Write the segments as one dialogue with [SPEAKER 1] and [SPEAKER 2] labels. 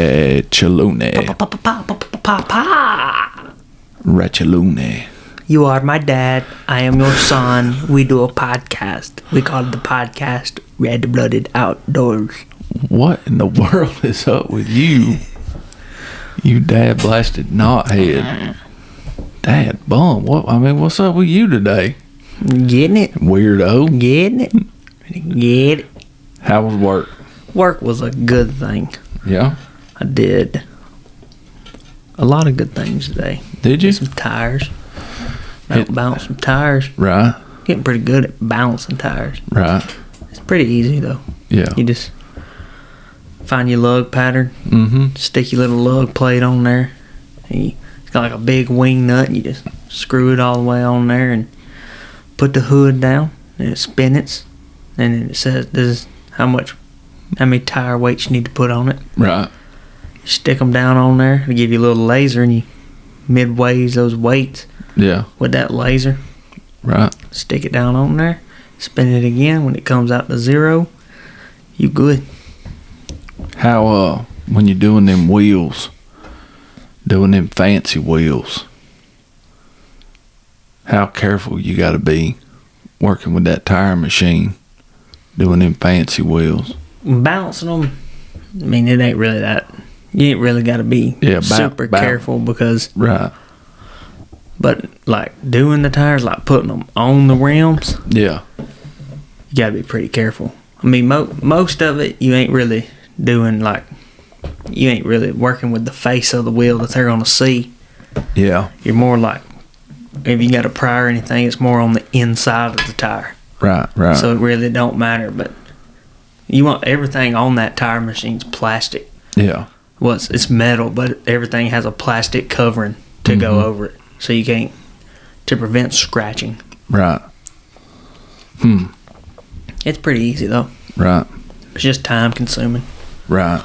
[SPEAKER 1] Ratchalone. Ratchalone.
[SPEAKER 2] You are my dad. I am your son. We do a podcast. We call the podcast Red Blooded Outdoors.
[SPEAKER 1] What in the world is up with you? You dad blasted knothead. Dad bum. What I mean, what's up with you today?
[SPEAKER 2] Getting it?
[SPEAKER 1] Weirdo.
[SPEAKER 2] Getting it? Get it?
[SPEAKER 1] How was work?
[SPEAKER 2] Work was a good thing.
[SPEAKER 1] Yeah.
[SPEAKER 2] I did a lot of good things today.
[SPEAKER 1] Did you?
[SPEAKER 2] Some tires. Boun-
[SPEAKER 1] It-
[SPEAKER 2] bounce some tires.
[SPEAKER 1] Right.
[SPEAKER 2] Getting pretty good at balancing tires.
[SPEAKER 1] Right.
[SPEAKER 2] It's pretty easy though.
[SPEAKER 1] Yeah.
[SPEAKER 2] You just find your lug pattern,
[SPEAKER 1] Mm-hmm.
[SPEAKER 2] stick your little lug plate on there. And you, it's got like a big wing nut, and you just screw it all the way on there and put the hood down, and it spins, and then it says this is how much, how many tire weights you need to put on it.
[SPEAKER 1] Right.
[SPEAKER 2] Stick them down on there. It'll give you a little laser, and you midways those weights
[SPEAKER 1] Yeah.
[SPEAKER 2] with that laser.
[SPEAKER 1] Right.
[SPEAKER 2] Stick it down on there, spin it again. When it comes out to zero, you good.
[SPEAKER 1] How uh when you're doing them wheels, doing them fancy wheels, how careful you gotta be working with that tire machine, doing them fancy wheels.
[SPEAKER 2] balancing them. I mean, it ain't really that. You ain't really got to be
[SPEAKER 1] Yeah, ba-
[SPEAKER 2] super
[SPEAKER 1] ba-
[SPEAKER 2] careful because,
[SPEAKER 1] Right.
[SPEAKER 2] but like doing the tires, like putting them on the rims,
[SPEAKER 1] Yeah.
[SPEAKER 2] you got to be pretty careful. I mean, mo- most of it you ain't really doing like you ain't really working with the face of the wheel that they're gonna see.
[SPEAKER 1] Yeah.
[SPEAKER 2] You're more like if you got a pry or anything, it's more on the inside of the tire.
[SPEAKER 1] Right, right.
[SPEAKER 2] So it really don't matter. But you want everything on that tire machine's plastic.
[SPEAKER 1] yeah.
[SPEAKER 2] well it's, it's metal but everything has a plastic covering to go over it so you can't to prevent scratching
[SPEAKER 1] Right.
[SPEAKER 2] it's pretty easy though
[SPEAKER 1] Right.
[SPEAKER 2] it's just time consuming
[SPEAKER 1] Right.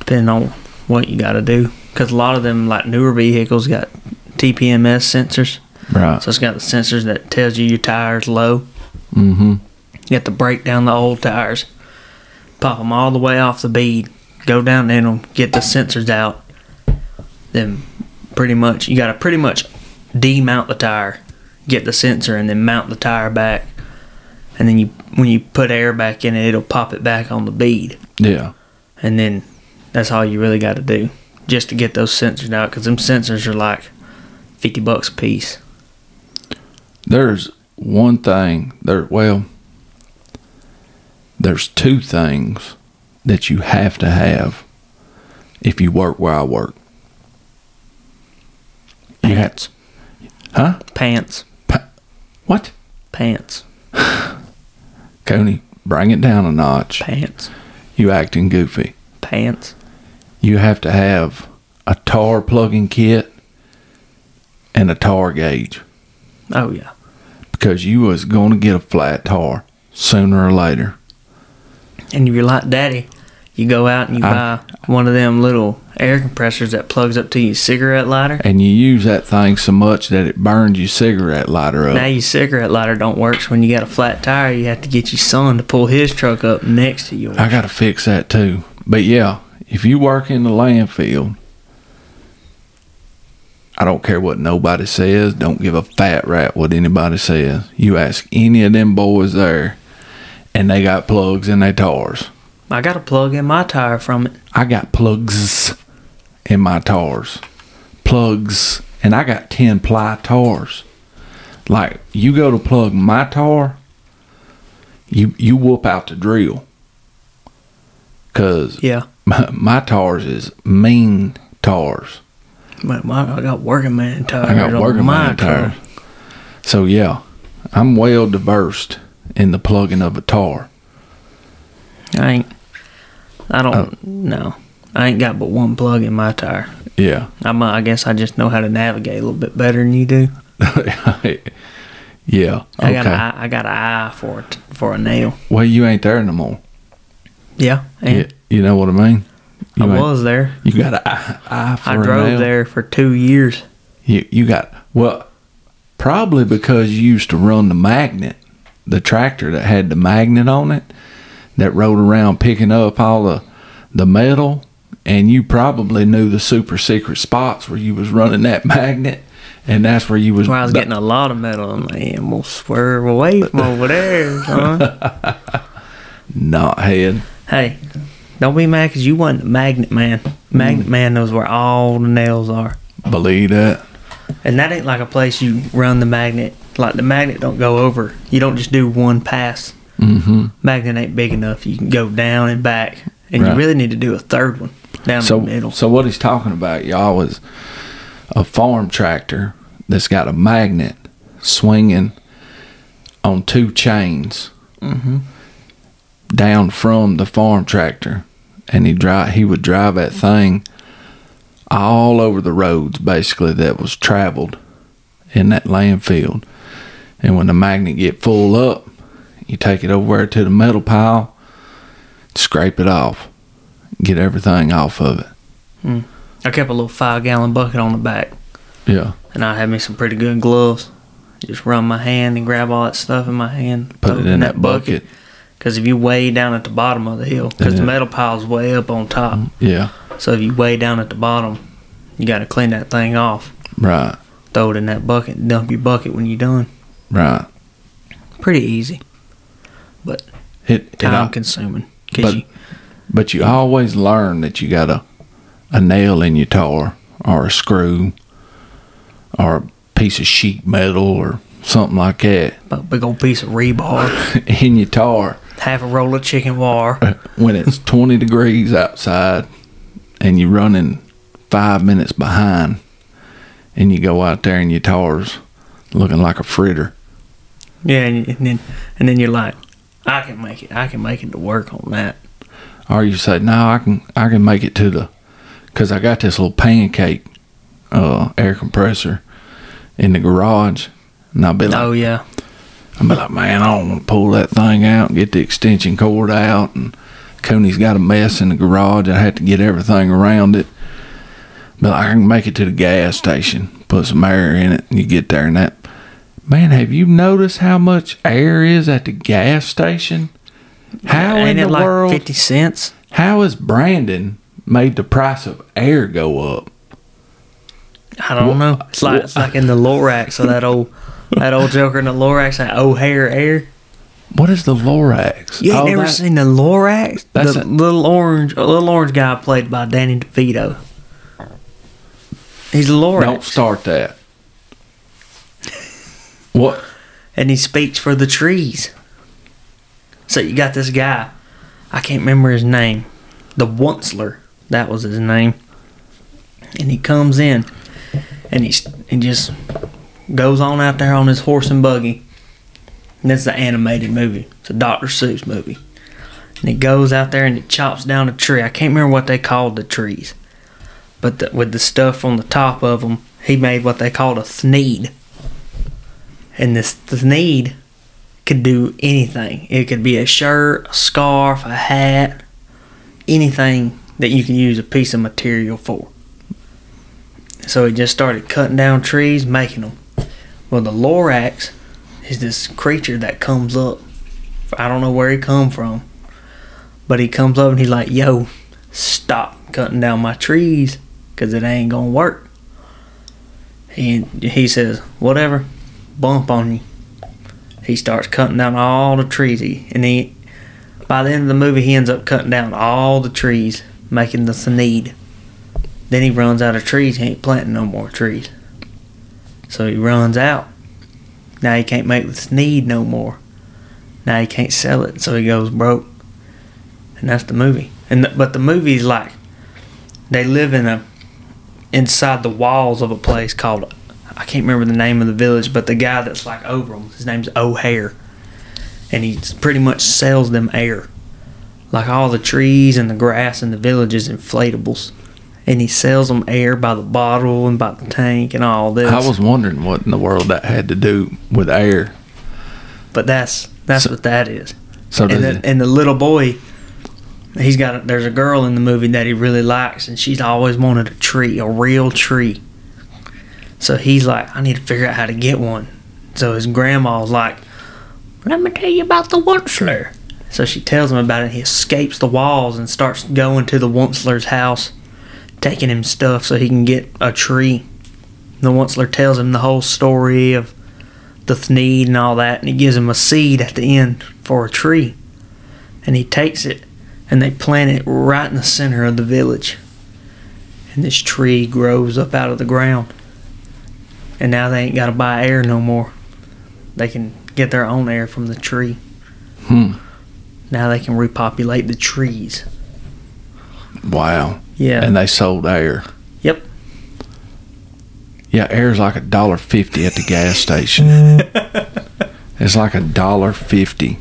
[SPEAKER 2] depending on what you got to do because a lot of them like newer vehicles got tpms sensors
[SPEAKER 1] Right.
[SPEAKER 2] so it's got the sensors that tells you your tires low
[SPEAKER 1] mm-hmm.
[SPEAKER 2] you got to break down the old tires pop them all the way off the bead go down in them get the sensors out then pretty much you got to pretty much demount the tire get the sensor and then mount the tire back and then you when you put air back in it it'll pop it back on the bead
[SPEAKER 1] Yeah.
[SPEAKER 2] and then that's all you really got to do just to get those sensors out because them sensors are like 50 bucks a piece
[SPEAKER 1] There's one thing there well there's two things that you have to have if you work where I work. You ha-
[SPEAKER 2] pants
[SPEAKER 1] huh?
[SPEAKER 2] pants
[SPEAKER 1] What?
[SPEAKER 2] pants
[SPEAKER 1] Coney, bring it down a notch.
[SPEAKER 2] pants
[SPEAKER 1] You acting goofy.
[SPEAKER 2] pants
[SPEAKER 1] You have to have a tar plugging kit and a tar gauge
[SPEAKER 2] oh yeah
[SPEAKER 1] because you was going to get a flat tar sooner or later.
[SPEAKER 2] And if you're like daddy, you go out and you
[SPEAKER 1] I-
[SPEAKER 2] buy one of them little air compressors that plugs up to your cigarette lighter.
[SPEAKER 1] And you use that thing so much that it burns your cigarette lighter up.
[SPEAKER 2] Now your cigarette lighter don't work. So when you got a flat tire, you have to get your son to pull his truck up next to yours.
[SPEAKER 1] I gotta fix that too. But yeah, if you work in the landfill, I don't care what nobody says. Don't give a fat rat what anybody says. You ask any of them boys there, and they got plugs in their tars.
[SPEAKER 2] I got to plug in my tire from it.
[SPEAKER 1] I got plugs in my tars, plugs, and I got ten ply tars. Like you go to plug my tar, you you whoop out the drill. Cause
[SPEAKER 2] Yeah,
[SPEAKER 1] my, my tars is mean tars.
[SPEAKER 2] but my, I got working man tires.
[SPEAKER 1] I got
[SPEAKER 2] on
[SPEAKER 1] working
[SPEAKER 2] my
[SPEAKER 1] my tires. So yeah, I'm well diversed in the plugging of a tar.
[SPEAKER 2] car. I ain't. I
[SPEAKER 1] Oh.
[SPEAKER 2] don't know. I ain't got but one plug in my tire.
[SPEAKER 1] Yeah,
[SPEAKER 2] I'm, uh, I guess I just know how to navigate a little bit better than you do.
[SPEAKER 1] yeah.
[SPEAKER 2] I got an
[SPEAKER 1] Okay.
[SPEAKER 2] eye, I got an eye for it for a nail.
[SPEAKER 1] Well, you ain't there no more.
[SPEAKER 2] Yeah, and
[SPEAKER 1] You, you know what I mean? You
[SPEAKER 2] I
[SPEAKER 1] ain't-
[SPEAKER 2] was there.
[SPEAKER 1] You got an eye, eye for
[SPEAKER 2] I
[SPEAKER 1] a
[SPEAKER 2] drove
[SPEAKER 1] nail.
[SPEAKER 2] there for two years.
[SPEAKER 1] You you got well, probably because you used to run the magnet, the tractor that had the magnet on it, that rode around picking up all the the metal and you probably knew the super secret spots where you was running that magnet, and that's where you was.
[SPEAKER 2] Well, I was getting a lot of metal. I'm like, yeah, we'll swerve away from over there. Huh?
[SPEAKER 1] not head.
[SPEAKER 2] hey, don't be mad because you wasn't the magnet man.
[SPEAKER 1] Hmm.
[SPEAKER 2] Magnet man knows where all the nails are.
[SPEAKER 1] Believe that.
[SPEAKER 2] And that ain't like a place you run the magnet. Like the magnet don't go over. You don't just do one pass.
[SPEAKER 1] Mm-hmm.
[SPEAKER 2] Magnet ain't big enough. You can go down and back, and
[SPEAKER 1] Right.
[SPEAKER 2] you really need to do a third one down
[SPEAKER 1] So,
[SPEAKER 2] the middle.
[SPEAKER 1] so what he's talking about, y'all, is a farm tractor that's got a magnet swinging on two chains down from the farm tractor, and he drive he would drive that thing all over the roads basically that was traveled in that landfill, and when the magnet get full up, you take it over to the metal pile, scrape it off, get everything off of it.
[SPEAKER 2] I kept a little five gallon bucket on the back,
[SPEAKER 1] Yeah.
[SPEAKER 2] and I had me some pretty good gloves. Just run my hand and grab all that stuff in my hand.
[SPEAKER 1] Put it in that bucket.
[SPEAKER 2] Because if you weigh down at the bottom of the hill, because
[SPEAKER 1] Yeah. Mm.
[SPEAKER 2] the metal pile's way up on top,
[SPEAKER 1] Yeah.
[SPEAKER 2] so if you weigh down at the bottom, you got to clean that thing off,
[SPEAKER 1] Right.
[SPEAKER 2] throw it in that bucket, and dump your bucket when you're done.
[SPEAKER 1] Right.
[SPEAKER 2] Pretty easy, but
[SPEAKER 1] It, it
[SPEAKER 2] time
[SPEAKER 1] al-
[SPEAKER 2] consuming.
[SPEAKER 1] but,
[SPEAKER 2] Cause you,
[SPEAKER 1] but you always learn that you got a a nail in your tar or a screw or a piece of sheet metal or something like that
[SPEAKER 2] a big old piece of rebar,
[SPEAKER 1] in your tar
[SPEAKER 2] half a roll of chicken wire.
[SPEAKER 1] when it's 20 degrees outside and you're running five minutes behind and you go out there and your tar's looking like a fritter.
[SPEAKER 2] Yeah, and, and then and then you're like, I can make it. I can make it to work on that.
[SPEAKER 1] or you say no i can i can make it to the because i got this little pancake uh air compressor in the garage and i'll be like
[SPEAKER 2] Oh yeah,
[SPEAKER 1] i'll be like man i don't want to pull that thing out and get the extension cord out and cooney's got a mess in the garage i had to get everything around it but i can make it to the gas station put some air in it and you get there and that man have you noticed how much air is at the gas station how in
[SPEAKER 2] ain't it
[SPEAKER 1] the
[SPEAKER 2] like
[SPEAKER 1] world
[SPEAKER 2] fifty cents?
[SPEAKER 1] how has Brandon made the price of air go up?
[SPEAKER 2] I don't know. It's like it's like in the Lorax of that old that old Joker in the Lorax that O'Hare air.
[SPEAKER 1] What is the Lorax?
[SPEAKER 2] You ain't
[SPEAKER 1] Oh,
[SPEAKER 2] never
[SPEAKER 1] that-
[SPEAKER 2] seen the Lorax?
[SPEAKER 1] that's
[SPEAKER 2] the
[SPEAKER 1] a-
[SPEAKER 2] little orange a little orange guy played by Danny DeVito. He's a Lorax,
[SPEAKER 1] Don't start that. What?
[SPEAKER 2] and he speaks for the trees. So you got this guy. I can't remember his name. The Onceler. That was his name. And he comes in and he's and just goes on out there on his horse and buggy. And this is an animated movie. It's a Dr. Seuss movie. And he goes out there and he chops down a tree. I can't remember what they called the trees. But the, with the stuff on the top of them, he made what they called a sneed. And this sneed could do anything. It could be a shirt, a scarf, a hat, anything that you can use a piece of material for. So he just started cutting down trees, making them. Well, the Lorax is this creature that comes up. I don't know where he come from, but he comes up and he's like, "Yo, stop cutting down my trees, cause it ain't gonna work." And he says, "Whatever, bump on you." He starts cutting down all the trees, he, and he by the end of the movie he ends up cutting down all the trees, making the Sneed. Then he runs out of trees. He ain't planting no more trees. So he runs out. Now he can't make the Sneed no more. Now he can't sell it, so he goes broke. And that's the movie. And th- but the movie's like they live in a inside the walls of a place called I can't remember the name of the village, but the guy that's like over them, his name's O'Hare, and he pretty much sells them air. Like all the trees and the grass in the village is inflatables, and he sells them air by the bottle and by the tank and all this.
[SPEAKER 1] I was wondering what in the world that had to do with air.
[SPEAKER 2] But that's that's
[SPEAKER 1] So-
[SPEAKER 2] what that is.
[SPEAKER 1] So does
[SPEAKER 2] and
[SPEAKER 1] it,
[SPEAKER 2] the, and the little boy, he's got. A, there's a girl in the movie that he really likes, and she's always wanted a tree, a real tree. So he's like, I need to figure out how to get one. So his grandma's like, Let me tell you about the Wurzler. So she tells him about it. He escapes the walls and starts going to the Onceler's house, taking him stuff so he can get a tree. The Onceler tells him the whole story of the Thneed and all that, and he gives him a seed at the end for a tree. And he takes it and they plant it right in the center of the village. And this tree grows up out of the ground. And now they ain't got to buy air no more. They can get their own air from the tree.
[SPEAKER 1] Hmm.
[SPEAKER 2] Now they can repopulate the trees.
[SPEAKER 1] Wow.
[SPEAKER 2] Yeah.
[SPEAKER 1] And they sold air.
[SPEAKER 2] Yep.
[SPEAKER 1] Yeah, air's like a dollar fifty at the gas station. it's like a dollar fifty.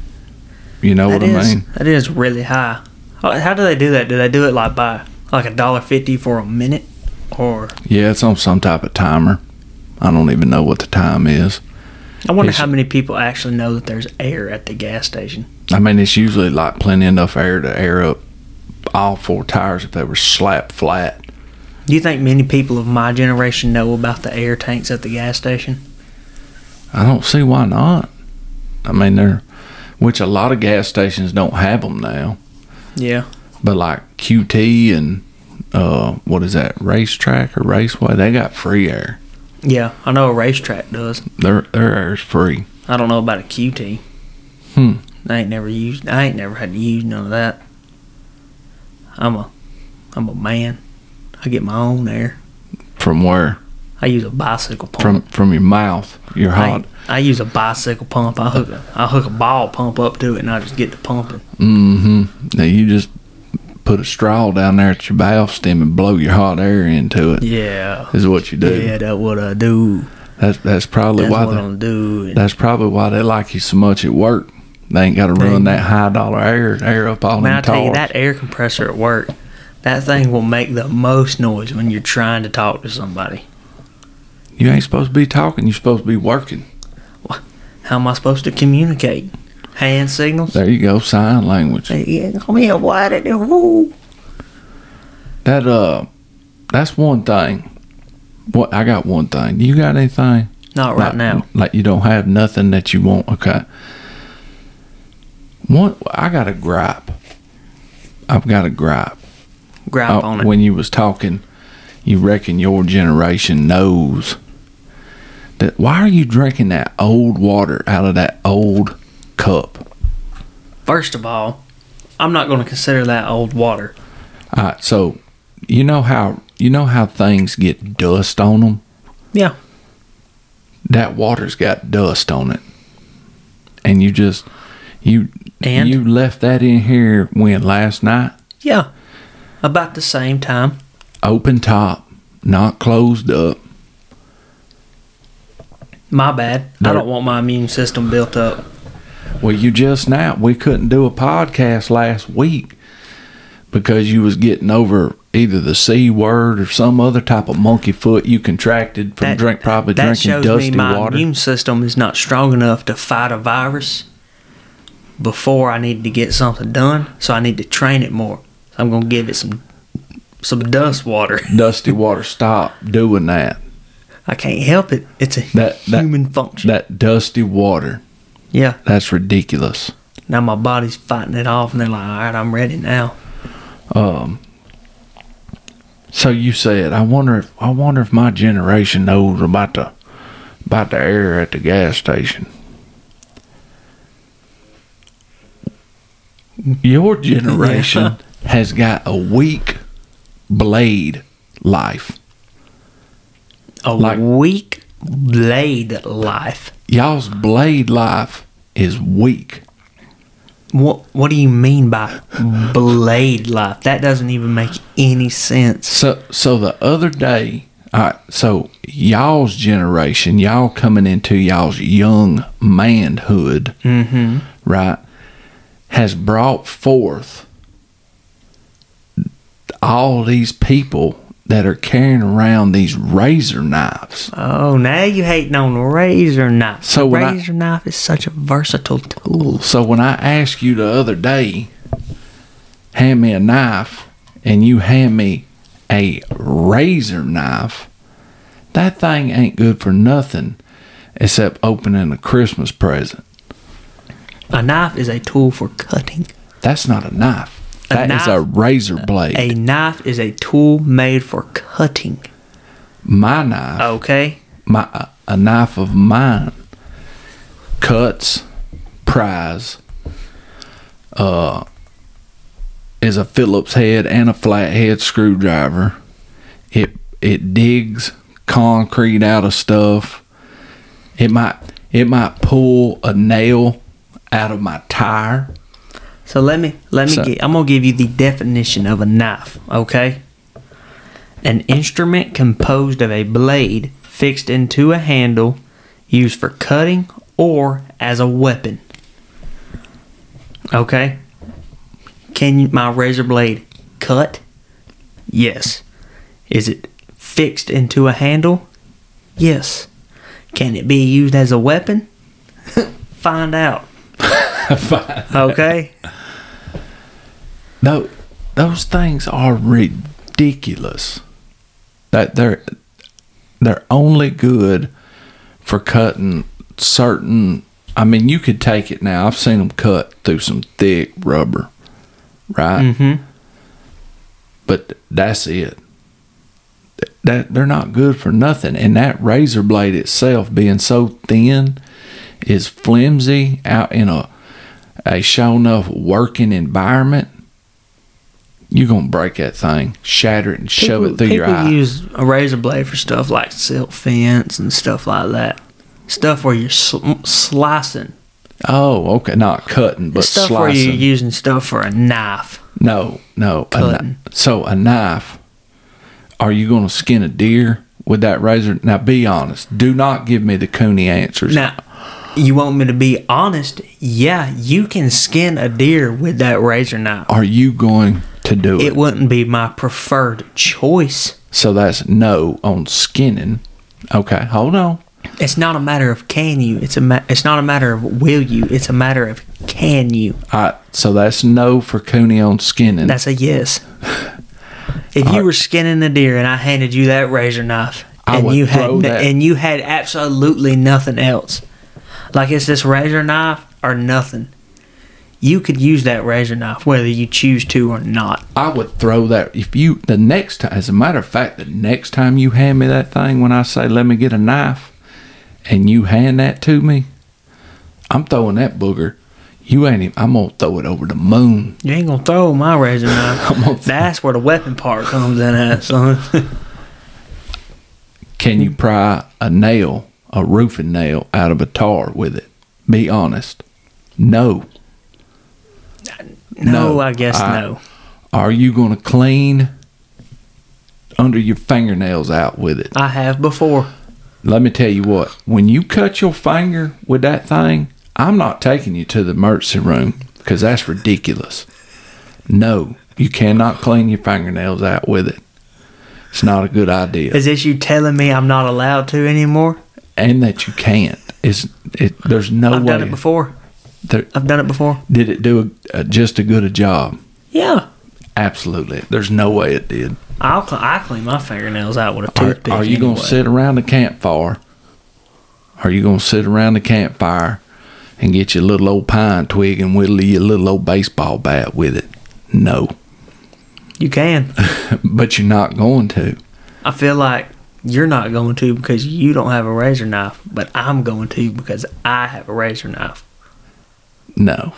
[SPEAKER 1] You know
[SPEAKER 2] That
[SPEAKER 1] what
[SPEAKER 2] is-
[SPEAKER 1] I mean?
[SPEAKER 2] That is really high. How how do they do that? Do they do it like by like a dollar fifty for a minute, or
[SPEAKER 1] Yeah, it's on some type of timer. I don't even know what the time is.
[SPEAKER 2] I wonder
[SPEAKER 1] It's-
[SPEAKER 2] how many people actually know that there's air at the gas station?
[SPEAKER 1] I mean, it's usually like plenty enough air to air up all four tires if they were slap flat.
[SPEAKER 2] Do you think many people of my generation know about the air tanks at the gas station?
[SPEAKER 1] I don't see why not. I mean, they're which a lot of gas stations don't have them now,
[SPEAKER 2] Yeah.
[SPEAKER 1] but like QT and uh, what is that racetrack or raceway? They got free air.
[SPEAKER 2] Yeah, I know a racetrack does.
[SPEAKER 1] Their their air's free.
[SPEAKER 2] I don't know about a QT.
[SPEAKER 1] Hmm.
[SPEAKER 2] I ain't never used. I ain't never had to use none of that. I'm a, I'm a man. I get my own air.
[SPEAKER 1] From where?
[SPEAKER 2] I use a bicycle pump.
[SPEAKER 1] From from your mouth, your
[SPEAKER 2] I,
[SPEAKER 1] heart.
[SPEAKER 2] I use a bicycle pump. I hook a, I hook a ball pump up to it, and I just get to pumping.
[SPEAKER 1] Mm-hmm. Now you just put a straw down there at your valve stem and blow your hot air into it. Is
[SPEAKER 2] Yeah,
[SPEAKER 1] what you do.
[SPEAKER 2] yeah, that's what I do.
[SPEAKER 1] That's that's probably
[SPEAKER 2] That's
[SPEAKER 1] why
[SPEAKER 2] what
[SPEAKER 1] they,
[SPEAKER 2] I'm doing.
[SPEAKER 1] that's probably why they like you so much at work. They ain't got to run that high dollar air air up all
[SPEAKER 2] Man, I
[SPEAKER 1] them
[SPEAKER 2] tell you
[SPEAKER 1] tires.
[SPEAKER 2] that air compressor at work, that thing will make the most noise when you're trying to talk to somebody.
[SPEAKER 1] You ain't supposed to be talking. You're supposed to be working.
[SPEAKER 2] How am I supposed to communicate? Hand signals.
[SPEAKER 1] There you go, sign language.
[SPEAKER 2] Yeah, come here, why did it? Woo.
[SPEAKER 1] That uh, that's one thing. What I got one thing. You got anything?
[SPEAKER 2] Not right
[SPEAKER 1] like,
[SPEAKER 2] now.
[SPEAKER 1] Like you don't have nothing that you want. Okay. One, I got a gripe. I've got a gripe.
[SPEAKER 2] Gripe
[SPEAKER 1] Oh,
[SPEAKER 2] on it.
[SPEAKER 1] When you was talking, you reckon your generation knows that. Why are you drinking that old water out of that old cup?
[SPEAKER 2] First of all, I'm not going to consider that old water.
[SPEAKER 1] All right, so you know how you know how things get dust on them.
[SPEAKER 2] Yeah.
[SPEAKER 1] That water's got dust on it, and you just you
[SPEAKER 2] And
[SPEAKER 1] you left that in here when last night,
[SPEAKER 2] Yeah. About the same time.
[SPEAKER 1] open top, not closed up.
[SPEAKER 2] My bad. I
[SPEAKER 1] Dirt.
[SPEAKER 2] don't want my immune system built up.
[SPEAKER 1] Well, you just now we couldn't do a podcast last week because you was getting over either the c word or some other type of monkey foot you contracted from
[SPEAKER 2] That-
[SPEAKER 1] drink probably
[SPEAKER 2] That
[SPEAKER 1] drinking
[SPEAKER 2] shows
[SPEAKER 1] dusty
[SPEAKER 2] me my
[SPEAKER 1] water.
[SPEAKER 2] immune system is not strong enough to fight a virus before I need to get something done. So I need to train it more. So I'm gonna give it some some dust water.
[SPEAKER 1] Dusty water, stop doing that.
[SPEAKER 2] I can't help it. It's a
[SPEAKER 1] That- that-
[SPEAKER 2] human function.
[SPEAKER 1] That dusty water,
[SPEAKER 2] yeah.
[SPEAKER 1] that's ridiculous.
[SPEAKER 2] Now my body's fighting it off, and they're like, "All right, I'm ready now."
[SPEAKER 1] Um. So you said, I wonder if I wonder if my generation knows about the about the air at the gas station. Your generation has got a weak blade life.
[SPEAKER 2] A
[SPEAKER 1] Like-
[SPEAKER 2] weak blade life.
[SPEAKER 1] Y'all's blade life is weak.
[SPEAKER 2] What What do you mean by blade life? That doesn't even make any sense.
[SPEAKER 1] So so the other day, all right, so y'all's generation, y'all coming into y'all's young manhood,
[SPEAKER 2] Mm-hmm.
[SPEAKER 1] right, has brought forth all these people that are carrying around these razor knives.
[SPEAKER 2] Oh, now you hating on the razor knife.
[SPEAKER 1] So
[SPEAKER 2] So
[SPEAKER 1] when I-
[SPEAKER 2] razor knife is such a versatile tool.
[SPEAKER 1] So when I asked you the other day, hand me a knife, and you hand me a razor knife, that thing ain't good for nothing except opening a Christmas present.
[SPEAKER 2] A knife is a tool for cutting.
[SPEAKER 1] That's not a knife.
[SPEAKER 2] A
[SPEAKER 1] That is a
[SPEAKER 2] knife-
[SPEAKER 1] razor blade.
[SPEAKER 2] A knife is a tool made for cutting.
[SPEAKER 1] my knife,
[SPEAKER 2] Okay?
[SPEAKER 1] my a knife of mine, cuts, pries, uh, is a Phillips head and a flathead screwdriver. It it digs concrete out of stuff. It might it might pull a nail out of my tire.
[SPEAKER 2] So let me let me
[SPEAKER 1] So-
[SPEAKER 2] get I'm gonna give you the definition of a knife, okay? An instrument composed of a blade fixed into a handle used for cutting or as a weapon. Okay? Can my razor blade cut? Yes. Is it fixed into a handle? Yes. Can it be used as a weapon? Find out. Okay?
[SPEAKER 1] No, those things are ridiculous. That they're they're only good for cutting certain. I mean, you could take it now. I've seen them cut through some thick rubber, right?
[SPEAKER 2] Mm-hmm.
[SPEAKER 1] But that's it. That they're not good for nothing. And that razor blade itself, being so thin, is flimsy out in a a show enough working environment. You're gonna break that thing, shatter it, and shove it through your
[SPEAKER 2] people
[SPEAKER 1] eye.
[SPEAKER 2] use a razor blade for stuff like silk fence and stuff like that. Stuff where you're sl- slicing.
[SPEAKER 1] oh, okay, not cutting, but
[SPEAKER 2] stuff where
[SPEAKER 1] slicing.
[SPEAKER 2] you're using stuff for a knife.
[SPEAKER 1] no, no. a kni-
[SPEAKER 2] Cutting.
[SPEAKER 1] so a knife. Are you gonna skin a deer with that razor? Now, be honest. Do not give me the cooney answers.
[SPEAKER 2] Now, you want me to be honest? Yeah, you can skin a deer with that razor knife.
[SPEAKER 1] are you going to do it?
[SPEAKER 2] It wouldn't be my preferred choice.
[SPEAKER 1] So that's no on skinning. Okay, hold on.
[SPEAKER 2] It's not a matter of can you. It's a ma- it's not a matter of will you. It's a matter of can you.
[SPEAKER 1] All right, so that's no for Cooney on skinning.
[SPEAKER 2] That's a yes. If you were skinning a deer and I handed you that razor knife
[SPEAKER 1] I
[SPEAKER 2] and
[SPEAKER 1] would
[SPEAKER 2] you had
[SPEAKER 1] throw
[SPEAKER 2] no-
[SPEAKER 1] that-
[SPEAKER 2] and you had absolutely nothing else, like it's this razor knife or nothing, you could use that razor knife whether you choose to or not.
[SPEAKER 1] I would throw that if you the next time. As a matter of fact, the next time you hand me that thing when I say let me get a knife, and you hand that to me, I'm throwing that booger. You ain't. Even, I'm gonna throw it over the moon.
[SPEAKER 2] You ain't gonna throw my razor
[SPEAKER 1] I'm gonna
[SPEAKER 2] knife. That's where the weapon part comes in at, son.
[SPEAKER 1] Can you pry a nail, a roofing nail, out of a tar with it? Be honest. No.
[SPEAKER 2] No,
[SPEAKER 1] No,
[SPEAKER 2] I guess
[SPEAKER 1] I-
[SPEAKER 2] no.
[SPEAKER 1] Are you gonna clean under your fingernails out with it?
[SPEAKER 2] I have before.
[SPEAKER 1] Let me tell you what, when you cut your finger with that thing, I'm not taking you to the emergency room because that's ridiculous. No, you cannot clean your fingernails out with it. It's not a good idea.
[SPEAKER 2] Is this you telling me I'm not allowed to anymore?
[SPEAKER 1] And that you can't. It's, it, there's no
[SPEAKER 2] I've
[SPEAKER 1] way.
[SPEAKER 2] done it before.
[SPEAKER 1] There-
[SPEAKER 2] I've done it before.
[SPEAKER 1] did it do a, a, just a good a job?
[SPEAKER 2] Yeah.
[SPEAKER 1] Absolutely. There's no way it did.
[SPEAKER 2] I'll cl- I clean my fingernails out with a
[SPEAKER 1] Are,
[SPEAKER 2] toothpick.
[SPEAKER 1] are you going to
[SPEAKER 2] anyway.
[SPEAKER 1] sit around the campfire? Are you going to sit around the campfire and get your little old pine twig and whittle your little old baseball bat with it? No,
[SPEAKER 2] You can.
[SPEAKER 1] but you're not going to.
[SPEAKER 2] I feel like you're not going to because you don't have a razor knife, but I'm going to because I have a razor knife.
[SPEAKER 1] No,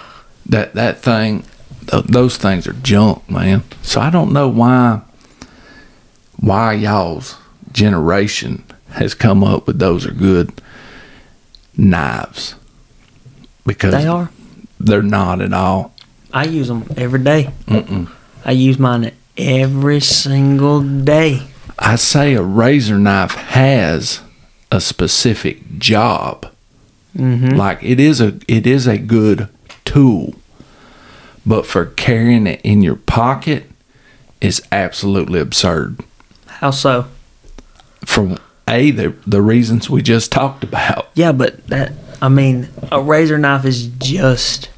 [SPEAKER 1] that that thing, th- those things are junk, man. So I don't know why why y'all's generation has come up with those are good knives because
[SPEAKER 2] They are.
[SPEAKER 1] They're not at all.
[SPEAKER 2] I use them every day. I use mine every single day.
[SPEAKER 1] I say a razor knife has a specific job.
[SPEAKER 2] Mm-hmm. Hmm?
[SPEAKER 1] Like it is a it is a good tool, but for carrying it in your pocket is absolutely absurd.
[SPEAKER 2] How so?
[SPEAKER 1] For a the the reasons we just talked about.
[SPEAKER 2] Yeah, but that I mean, a razor knife is just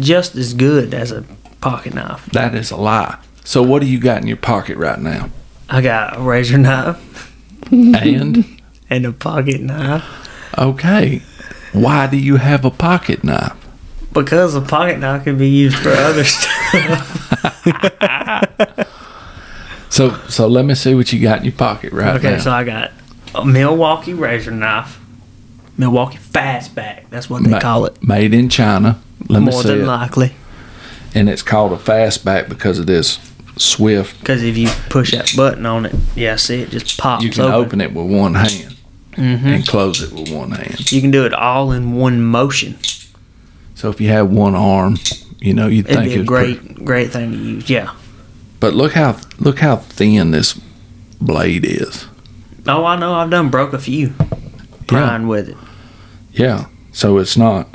[SPEAKER 2] just as good as a pocket knife.
[SPEAKER 1] That is a lie. So what do you got in your pocket right now?
[SPEAKER 2] I got a razor knife
[SPEAKER 1] And
[SPEAKER 2] and a pocket knife.
[SPEAKER 1] okay, why do you have a pocket knife?
[SPEAKER 2] Because a pocket dial can be used for other stuff.
[SPEAKER 1] So so let me see what you got in your pocket right
[SPEAKER 2] okay,
[SPEAKER 1] now.
[SPEAKER 2] so I got a Milwaukee razor knife, Milwaukee fastback. That's what they
[SPEAKER 1] Ma-
[SPEAKER 2] call it.
[SPEAKER 1] Made in China. Let me
[SPEAKER 2] More
[SPEAKER 1] see
[SPEAKER 2] than
[SPEAKER 1] it.
[SPEAKER 2] likely,
[SPEAKER 1] And it's called a fastback because it is swift.
[SPEAKER 2] because if you push that button on it, yeah, see it just pops
[SPEAKER 1] You can
[SPEAKER 2] open.
[SPEAKER 1] open it with one hand
[SPEAKER 2] Mm-hmm.
[SPEAKER 1] and close it with one hand.
[SPEAKER 2] You can do it all in one motion.
[SPEAKER 1] So if you had one arm, you know, you'd
[SPEAKER 2] It'd
[SPEAKER 1] think
[SPEAKER 2] be a
[SPEAKER 1] it's
[SPEAKER 2] great, great thing to use. Yeah.
[SPEAKER 1] But look how look how thin this blade is.
[SPEAKER 2] Oh, I know. I've done broke a few. Prying with it.
[SPEAKER 1] Yeah. So it's not.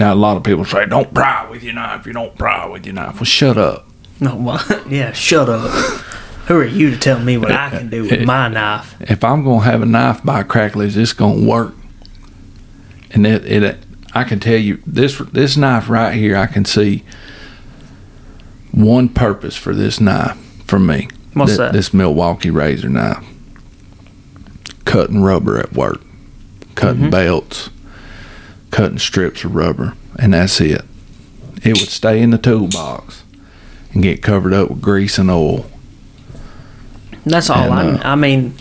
[SPEAKER 1] Now a lot of people say, "Don't pry with your knife. You don't pry with your knife." Well, shut up.
[SPEAKER 2] No, what? yeah. Shut up. Who are you to tell me what I can do with my knife?
[SPEAKER 1] If I'm gonna have a knife by crackles, it's gonna work. And it, it, I can tell you this this knife right here. I can see one purpose for this knife for me.
[SPEAKER 2] What's
[SPEAKER 1] Thi-
[SPEAKER 2] that?
[SPEAKER 1] This Milwaukee razor knife. Cutting rubber at work, cutting
[SPEAKER 2] Mm-hmm.
[SPEAKER 1] belts, cutting strips of rubber, and that's it. It would stay in the toolbox and get covered up with grease and oil.
[SPEAKER 2] That's all I.
[SPEAKER 1] And,
[SPEAKER 2] I mean,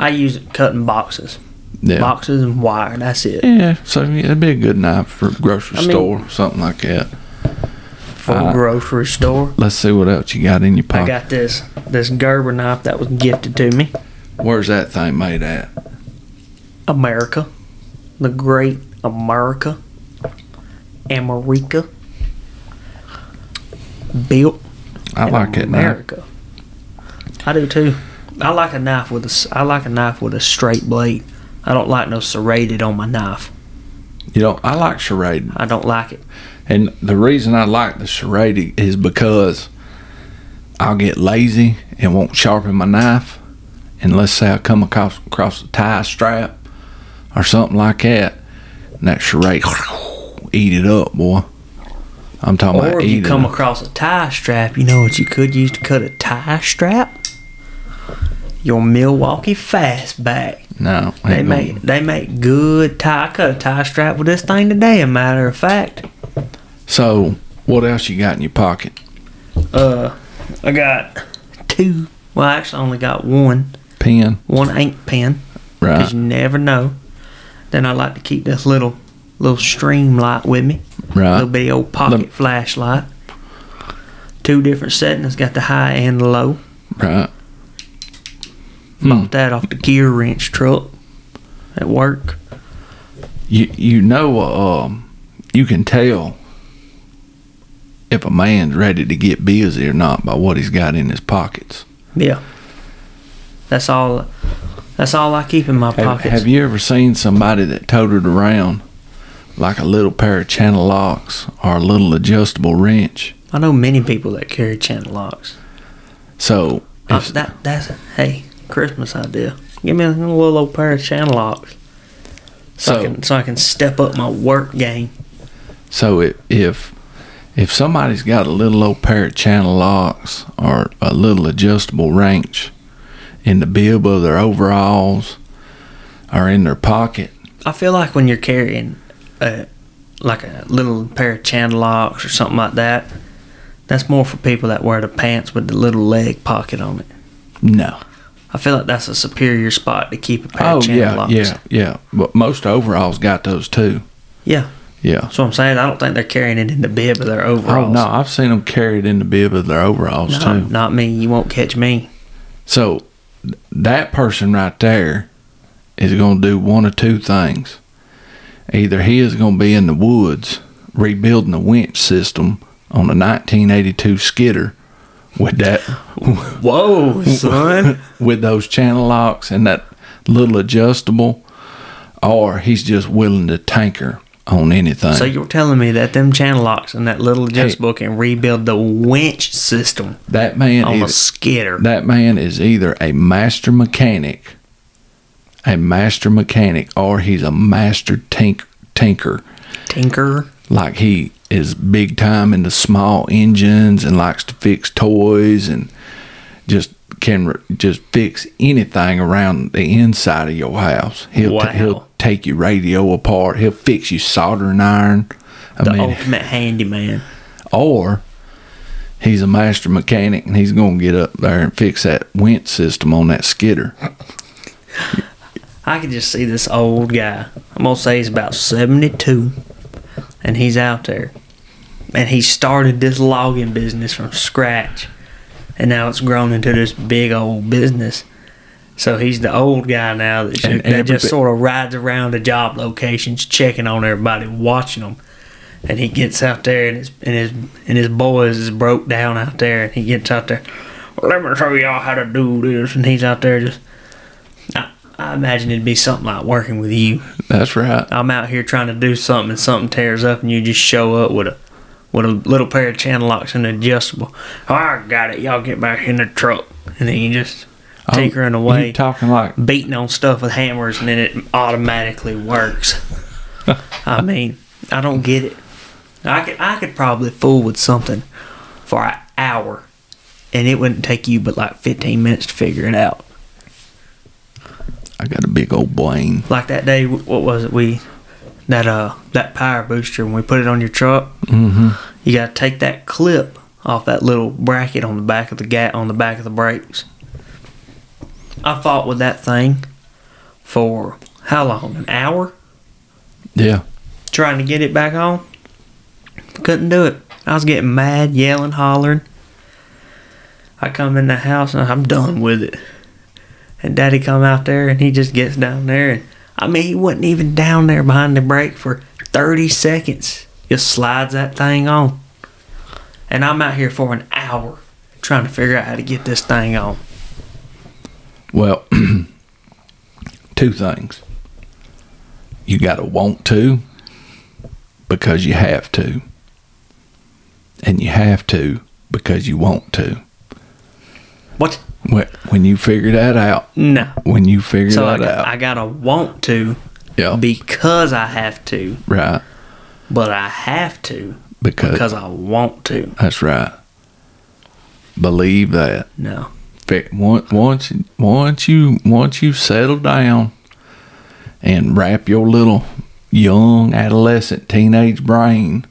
[SPEAKER 2] I use it cutting boxes,
[SPEAKER 1] Yeah.
[SPEAKER 2] boxes and wire. That's it.
[SPEAKER 1] Yeah, so yeah, it'd be a good knife for a grocery
[SPEAKER 2] I mean-
[SPEAKER 1] store, something like that.
[SPEAKER 2] For
[SPEAKER 1] Uh,
[SPEAKER 2] a grocery store.
[SPEAKER 1] Let's see what else you got in your
[SPEAKER 2] I
[SPEAKER 1] pocket.
[SPEAKER 2] got this this Gerber knife that was gifted to me,
[SPEAKER 1] Where's that thing made at?
[SPEAKER 2] America, the great America, America, built
[SPEAKER 1] I
[SPEAKER 2] in
[SPEAKER 1] like it now.
[SPEAKER 2] America. I do too. I like a knife with a s- I like a knife with a straight blade. I don't like no serrated on my knife.
[SPEAKER 1] You know, I like charade,
[SPEAKER 2] I don't like it.
[SPEAKER 1] and the reason I like the charade is because I'll get lazy and won't sharpen my knife, and let's say I come across across a tie strap or something like that, and that charade eat it up, boy. I'm talking
[SPEAKER 2] Or
[SPEAKER 1] about
[SPEAKER 2] if you
[SPEAKER 1] eating.
[SPEAKER 2] come
[SPEAKER 1] it.
[SPEAKER 2] across a tie strap, you know what you could use to cut a tie strap? Your Milwaukee fastback.
[SPEAKER 1] no, ain't
[SPEAKER 2] They
[SPEAKER 1] gonna-
[SPEAKER 2] make they make good tie. I cut a tie strap with this thing today. A matter of fact,
[SPEAKER 1] So, what else you got in your pocket?
[SPEAKER 2] uh, I got two. Well, I actually only got one.
[SPEAKER 1] Pen,
[SPEAKER 2] One ink pen.
[SPEAKER 1] right?
[SPEAKER 2] because you never know. Then I like to keep this little little stream light with me,
[SPEAKER 1] Right.
[SPEAKER 2] little bitty old pocket
[SPEAKER 1] Lem-
[SPEAKER 2] flashlight. Two different settings, got the high and the low.
[SPEAKER 1] Right. Hmm.
[SPEAKER 2] Bought that off the gear wrench truck at work.
[SPEAKER 1] You you know um you can tell if a man's ready to get busy or not by what he's got in his pockets.
[SPEAKER 2] Yeah, that's all. That's all I keep in my
[SPEAKER 1] Have,
[SPEAKER 2] pockets.
[SPEAKER 1] have you ever seen somebody that toted around like a little pair of channel locks or a little adjustable wrench?
[SPEAKER 2] I know many people that carry channel locks.
[SPEAKER 1] So
[SPEAKER 2] Uh,
[SPEAKER 1] if-
[SPEAKER 2] that that's hey Christmas idea. Give me a little old pair of channel locks, so,
[SPEAKER 1] So-
[SPEAKER 2] I can so I can step up my work game.
[SPEAKER 1] So if if if somebody's got a little old pair of channel locks or a little adjustable wrench in the bib of their overalls or in their pocket,
[SPEAKER 2] I feel like when you're carrying a, like a little pair of channel locks or something like that, that's more for people that wear the pants with the little leg pocket on it.
[SPEAKER 1] no.
[SPEAKER 2] I feel like that's a superior spot to keep a pair
[SPEAKER 1] Oh
[SPEAKER 2] of channel
[SPEAKER 1] yeah,
[SPEAKER 2] locks.
[SPEAKER 1] yeah, yeah. But most overalls got those too.
[SPEAKER 2] Yeah.
[SPEAKER 1] Yeah.
[SPEAKER 2] That's what I'm saying. I don't think they're carrying it in the bib of their overalls.
[SPEAKER 1] Oh no, I've seen them carried in the bib of their overalls
[SPEAKER 2] No,
[SPEAKER 1] too.
[SPEAKER 2] not me. You won't catch me.
[SPEAKER 1] So th- that person right there is going to do one of two things. Either he is going to be in the woods rebuilding the winch system on a 1982 skidder with that
[SPEAKER 2] Whoa, son.
[SPEAKER 1] with those channel locks and that little adjustable or he's just willing to tanker on anything.
[SPEAKER 2] so you're telling me that them channel locks and that little adjustable can rebuild the winch system
[SPEAKER 1] that man
[SPEAKER 2] on a
[SPEAKER 1] is
[SPEAKER 2] skidder.
[SPEAKER 1] that man is either a master mechanic, a master mechanic, or he's a master tink, tinker.
[SPEAKER 2] Tinker.
[SPEAKER 1] Like he is big time into small engines and likes to fix toys and just can r- just fix anything around the inside of your house. He'll t-
[SPEAKER 2] Wow.
[SPEAKER 1] he'll take your radio apart. He'll fix your soldering iron. I
[SPEAKER 2] the
[SPEAKER 1] mean,
[SPEAKER 2] ultimate handyman.
[SPEAKER 1] or he's a master mechanic and he's gonna get up there and fix that winch system on that skidder.
[SPEAKER 2] I could just see this old guy. I'm gonna say he's about 72, and he's out there, and he started this logging business from scratch, and now it's grown into this big old business. So he's the old guy now that,
[SPEAKER 1] And
[SPEAKER 2] that just
[SPEAKER 1] everybo-
[SPEAKER 2] sort of rides around the job locations, checking on everybody, watching them. And he gets out there, and his and his and his boys is broke down out there, and he gets out there. Let me show y'all how to do this, and he's out there just I, I imagine it'd be something like working with you.
[SPEAKER 1] That's right.
[SPEAKER 2] I'm out here trying to do something, and something tears up, and you just show up with a with a little pair of channel locks and adjustable. Oh, I got it. Y'all get back in the truck, and then you just tinkering
[SPEAKER 1] Oh,
[SPEAKER 2] away,
[SPEAKER 1] You talking like
[SPEAKER 2] beating on stuff with hammers, and then it automatically works. I mean, I don't get it. I could I could probably fool with something for an hour, and it wouldn't take you but like 15 minutes to figure it out.
[SPEAKER 1] I got a big old brain.
[SPEAKER 2] like that day what was it we that uh that power booster when we put it on your truck you got to take that clip off that little bracket on the back of the gat on the back of the brakes i fought with that thing for how long an hour
[SPEAKER 1] Yeah.
[SPEAKER 2] trying to get it back on couldn't do it i was getting mad yelling hollering i come in the house and i'm done with it and daddy come out there and he just gets down there and i mean he wasn't even down there behind the brake for 30 seconds just slides that thing on and i'm out here for an hour trying to figure out how to get this thing on
[SPEAKER 1] Well, two things. You got to want to because you have to. And you have to because you want to.
[SPEAKER 2] what
[SPEAKER 1] When when you figure that out,
[SPEAKER 2] no
[SPEAKER 1] when you figure
[SPEAKER 2] so
[SPEAKER 1] that
[SPEAKER 2] I, got,
[SPEAKER 1] out, Oh.
[SPEAKER 2] I gotta want to
[SPEAKER 1] yeah,
[SPEAKER 2] because i have to
[SPEAKER 1] right.
[SPEAKER 2] but i have to
[SPEAKER 1] Because,
[SPEAKER 2] because i want to
[SPEAKER 1] that's right. Believe that.
[SPEAKER 2] No.
[SPEAKER 1] Fi- on- Once once you once you settle down and wrap your little young adolescent teenage brain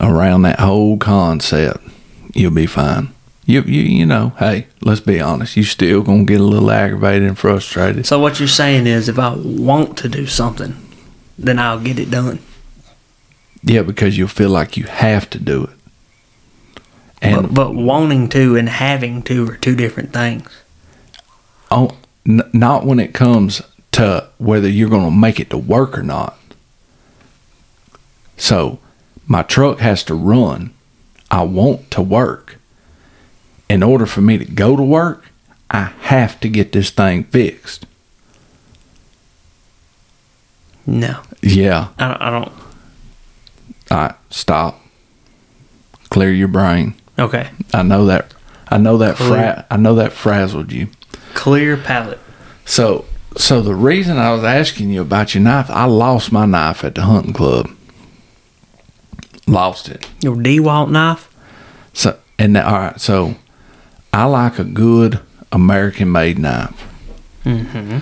[SPEAKER 1] around that whole concept, you'll be fine. You you you know, hey, let's be honest, you still gonna get a little aggravated and frustrated.
[SPEAKER 2] So what you're saying is if I want to do something, then I'll get it done.
[SPEAKER 1] Yeah, because you'll feel like you have to do it. And
[SPEAKER 2] but, but wanting to and having to are two different things.
[SPEAKER 1] on, n- not when it comes to whether you're going to make it to work or not. So, my truck has to run. I want to work. In order for me to go to work, I have to get this thing fixed.
[SPEAKER 2] No.
[SPEAKER 1] Yeah,
[SPEAKER 2] I don't, I don't.
[SPEAKER 1] I stop. Clear your brain.
[SPEAKER 2] Okay.
[SPEAKER 1] I know that. I know that.
[SPEAKER 2] Clear.
[SPEAKER 1] Fra- I know that frazzled you.
[SPEAKER 2] Clear palette.
[SPEAKER 1] So, so the reason I was asking you about your knife, I lost my knife at the hunting club. Lost it.
[SPEAKER 2] Your DeWalt knife?
[SPEAKER 1] So, and the, all right. So, I like a good American-made knife. Mm-hmm.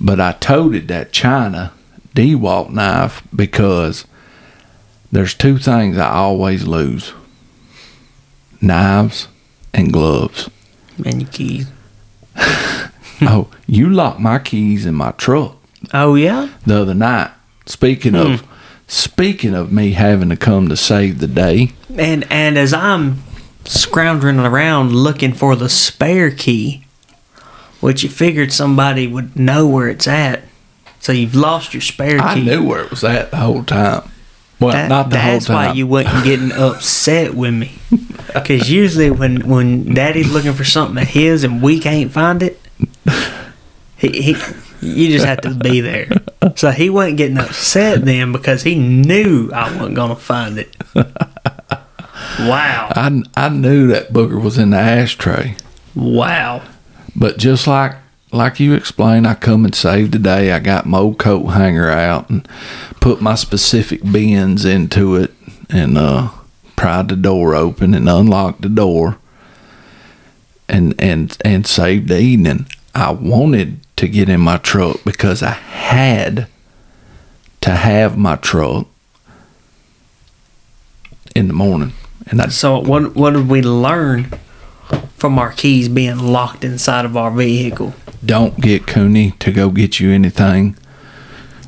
[SPEAKER 1] But I toted that China Dewalt knife because there's two things I always lose: knives and gloves.
[SPEAKER 2] And your keys.
[SPEAKER 1] oh, you locked my keys in my truck.
[SPEAKER 2] Oh, yeah?
[SPEAKER 1] the other night. Speaking
[SPEAKER 2] Hmm.
[SPEAKER 1] of speaking of me having to come to save the day,
[SPEAKER 2] And, and as I'm scrounging around looking for the spare key, which you figured somebody would know where it's at, so you've lost your spare key.
[SPEAKER 1] I knew where it was at the whole time. Well,
[SPEAKER 2] That-
[SPEAKER 1] not the whole
[SPEAKER 2] that's
[SPEAKER 1] time.
[SPEAKER 2] why you wasn't getting upset with me. Because usually when, when daddy's looking for something of his and we can't find it, he, he you just have to be there. So he wasn't getting upset then because he knew I wasn't going to find it. Wow.
[SPEAKER 1] I I knew that booger was in the ashtray,
[SPEAKER 2] Wow.
[SPEAKER 1] but just like like you explained, I come and save the day. I got my old coat hanger out and put my specific bins into it, and uh, pried the door open and unlocked the door, and and and saved the evening. I wanted to get in my truck because I had to have my truck in the morning. And that's
[SPEAKER 2] So what what did we learn from our keys being locked inside of our vehicle?
[SPEAKER 1] don't get Cooney to go get you anything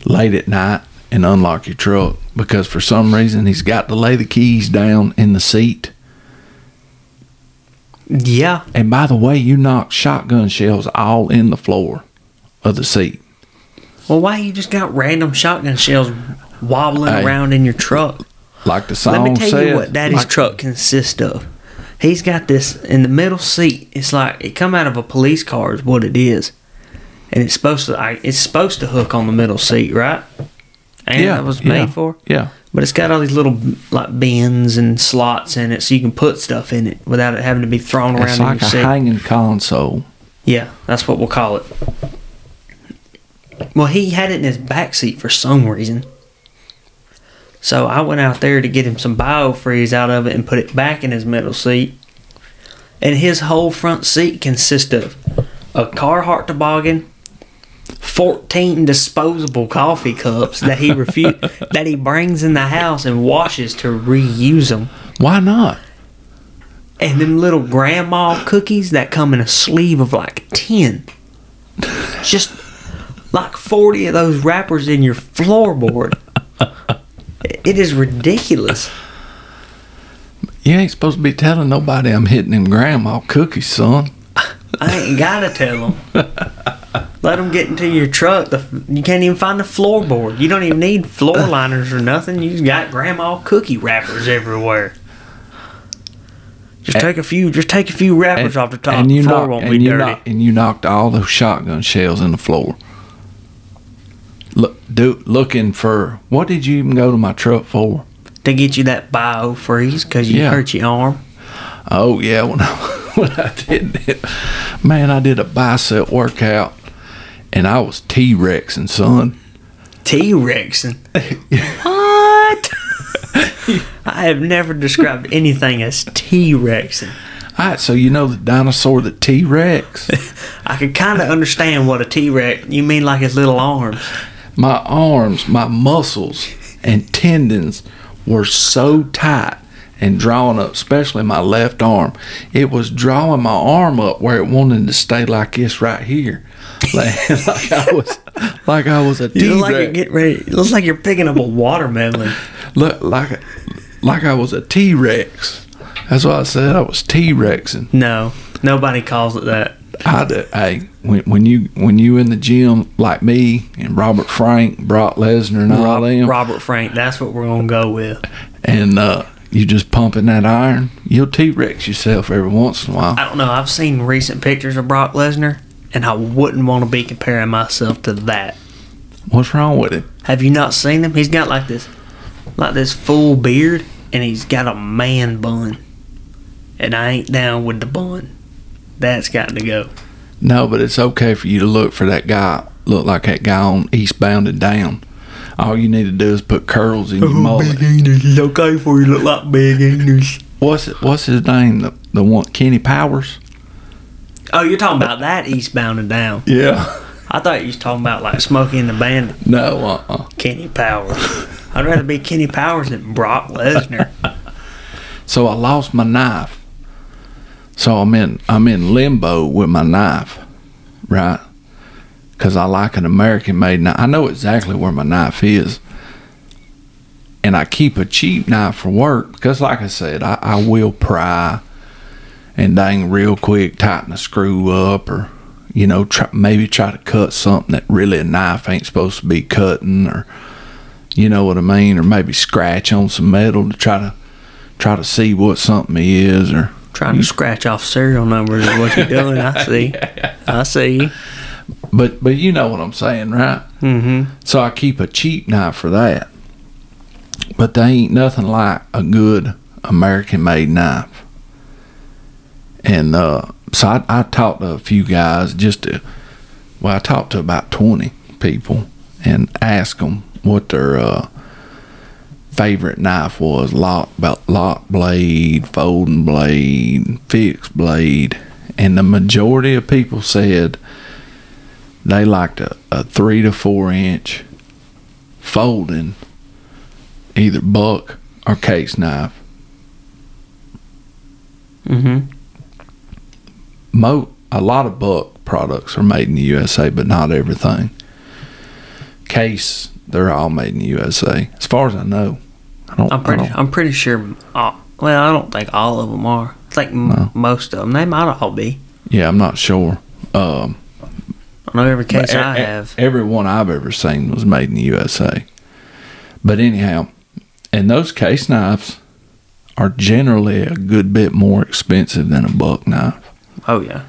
[SPEAKER 1] late at night and unlock your truck because for some reason he's got to lay the keys down in the seat.
[SPEAKER 2] Yeah,
[SPEAKER 1] And by the way, you knocked shotgun shells all in the floor of the seat.
[SPEAKER 2] Well, why you just got random shotgun shells wobbling
[SPEAKER 1] Hey.
[SPEAKER 2] around in your truck?
[SPEAKER 1] Like the
[SPEAKER 2] Let
[SPEAKER 1] song
[SPEAKER 2] me tell
[SPEAKER 1] says,
[SPEAKER 2] you what Daddy's
[SPEAKER 1] like-
[SPEAKER 2] truck consists of. He's got this in the middle seat. It's like it come out of a police car is what it is, and it's supposed to. I, it's supposed to hook on the middle seat, right? And that was made
[SPEAKER 1] yeah,
[SPEAKER 2] for.
[SPEAKER 1] Yeah,
[SPEAKER 2] But it's got all these little like bins and slots in it, so you can put stuff in it without it having to be thrown around
[SPEAKER 1] it's
[SPEAKER 2] in
[SPEAKER 1] like a
[SPEAKER 2] your seat.
[SPEAKER 1] hanging console.
[SPEAKER 2] Yeah, that's what we'll call it. Well, he had it in his back seat for some reason. So I went out there to get him some biofreeze out of it and put it back in his middle seat. And his whole front seat consists of a Carhartt toboggan, 14 disposable coffee cups that he refu- that he brings in the house and washes to reuse them.
[SPEAKER 1] Why not?
[SPEAKER 2] And them little grandma cookies that come in a sleeve of like 10. Just like 40 of those wrappers in your floorboard. It is ridiculous.
[SPEAKER 1] You ain't supposed to be telling nobody I'm hitting them grandma cookies, son.
[SPEAKER 2] I ain't gotta tell them. Let them get into your truck. The, you can't even find the floorboard. You don't even need floor liners or nothing. You just got grandma cookie wrappers everywhere. Just take a few. Just take a few wrappers off the top.
[SPEAKER 1] and you
[SPEAKER 2] the floor
[SPEAKER 1] knocked,
[SPEAKER 2] won't
[SPEAKER 1] and
[SPEAKER 2] be
[SPEAKER 1] you
[SPEAKER 2] dirty.
[SPEAKER 1] knocked- and you knocked all those shotgun shells in the floor. Look, dude, looking for what did you even go to my truck for?
[SPEAKER 2] to get you that bio freeze because you
[SPEAKER 1] Yeah.
[SPEAKER 2] hurt your arm.
[SPEAKER 1] Oh yeah, when I when I did it, man, I did a bicep workout, and I was T Rexing, son.
[SPEAKER 2] T Rex. what? I have never described anything as T Rex.
[SPEAKER 1] All right, so you know the dinosaur, the T Rex.
[SPEAKER 2] I could kind of understand what a T Rex. You mean like his little arms?
[SPEAKER 1] my arms, my muscles, and tendons were so tight and drawn up, especially my left arm. It was drawing my arm up where it wanted to stay like this right here. Like, like I was like I was a
[SPEAKER 2] You look like you're
[SPEAKER 1] T-Rex.
[SPEAKER 2] getting ready. It looks like you're picking up a watermelon.
[SPEAKER 1] Look like like I was a T-Rex. That's why I said I was T-Rexing.
[SPEAKER 2] No, nobody calls it that.
[SPEAKER 1] I do, hey, when, when you when you in the gym like me and Robert Frank, Brock Lesnar, and all them,
[SPEAKER 2] Robert Frank. That's what we're gonna go with.
[SPEAKER 1] and uh, you just pumping that iron, you'll T Rex yourself every once in a while.
[SPEAKER 2] I don't know. I've seen recent pictures of Brock Lesnar, and I wouldn't want to be comparing myself to that.
[SPEAKER 1] What's wrong with him?
[SPEAKER 2] Have you not seen him? He's got like this, like this full beard, and he's got a man bun. And I ain't down with the bun. That's got to go.
[SPEAKER 1] No, but it's okay for you to look for that guy, look like that guy on Eastbound and Down. All you need to do is put curls
[SPEAKER 2] Oh,
[SPEAKER 1] in your mullet.
[SPEAKER 2] English is okay for you. Look like Big English.
[SPEAKER 1] What's what's his name? The the one Kenny Powers.
[SPEAKER 2] Oh, you're talking about that Eastbound and Down.
[SPEAKER 1] Yeah.
[SPEAKER 2] I thought you was talking about like Smokey and the Bandit,
[SPEAKER 1] No. Uh. uh
[SPEAKER 2] Kenny Powers. I'd rather be Kenny Powers than Brock Lesnar.
[SPEAKER 1] So I lost my knife. So I'm in I'm in limbo with my knife, right? Cause I like an American made knife. I know exactly where my knife is. And I keep a cheap knife for work because, like I said, I, I will pry and dang real quick, tighten a screw up, or you know, try, maybe try to cut something that really a knife ain't supposed to be cutting, or you know what I mean, or maybe scratch on some metal to try to try to see what something is, or
[SPEAKER 2] Trying to scratch off serial numbers is what you're doing. I see. I see.
[SPEAKER 1] but but you know what I'm saying, right?
[SPEAKER 2] Mm-hmm.
[SPEAKER 1] So I keep a cheap knife for that. But they ain't nothing like a good American made knife. And uh, so I, I talked to a few guys just to, well, I talked to about 20 people and asked them what their uh, favorite knife was lock, about lock blade, folding blade, fixed blade. And the majority of people said they liked a, a three to four inch folding either buck or case knife
[SPEAKER 2] Mm-hmm.
[SPEAKER 1] Mo, a lot of Buck products are made in the USA, but not everything. Case, they're all made in the USA, as far as I know. I don't.
[SPEAKER 2] I'm
[SPEAKER 1] I
[SPEAKER 2] pretty.
[SPEAKER 1] don't-
[SPEAKER 2] I'm pretty sure. All, well, I don't think all of them are. I think m-
[SPEAKER 1] No.
[SPEAKER 2] most of them. They might all be.
[SPEAKER 1] yeah, I'm not sure. Um,
[SPEAKER 2] I know every
[SPEAKER 1] but
[SPEAKER 2] case
[SPEAKER 1] e-
[SPEAKER 2] I
[SPEAKER 1] e-
[SPEAKER 2] have.
[SPEAKER 1] Every one I've ever seen was made in the USA. But anyhow, and those case knives are generally a good bit more expensive than a buck knife.
[SPEAKER 2] Oh yeah.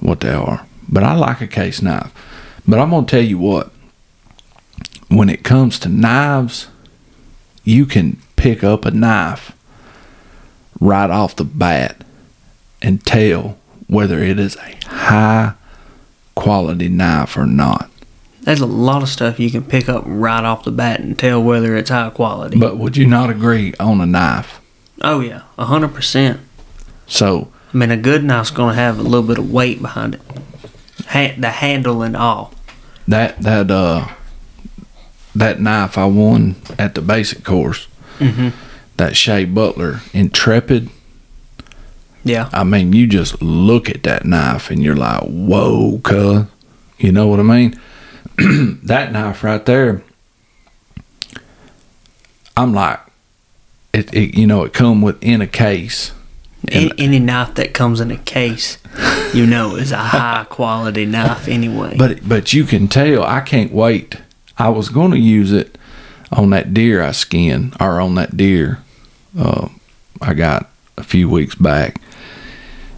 [SPEAKER 1] what they are. But I like a case knife. But I'm going to tell you what, when it comes to knives, you can pick up a knife right off the bat and tell whether it is a high quality knife or not.
[SPEAKER 2] There's a lot of stuff you can pick up right off the bat and tell whether it's high quality.
[SPEAKER 1] But would you not agree on a knife?
[SPEAKER 2] oh yeah, hundred percent.
[SPEAKER 1] So,
[SPEAKER 2] I mean, a good knife's gonna have a little bit of weight behind it, ha- the handle and all.
[SPEAKER 1] that that uh that knife I won at the basic course, that Shea Butler Intrepid
[SPEAKER 2] Yeah.
[SPEAKER 1] I mean, you just look at that knife and you're like, whoa, cuz. You know what I mean? that knife right there, I'm like, it, it you know, it come within a case.
[SPEAKER 2] Any, any knife that comes in a case, you know, is a high quality knife anyway.
[SPEAKER 1] But but you can tell I can't wait. I was going to use it on that deer I skinned, or on that deer uh, I got a few weeks back.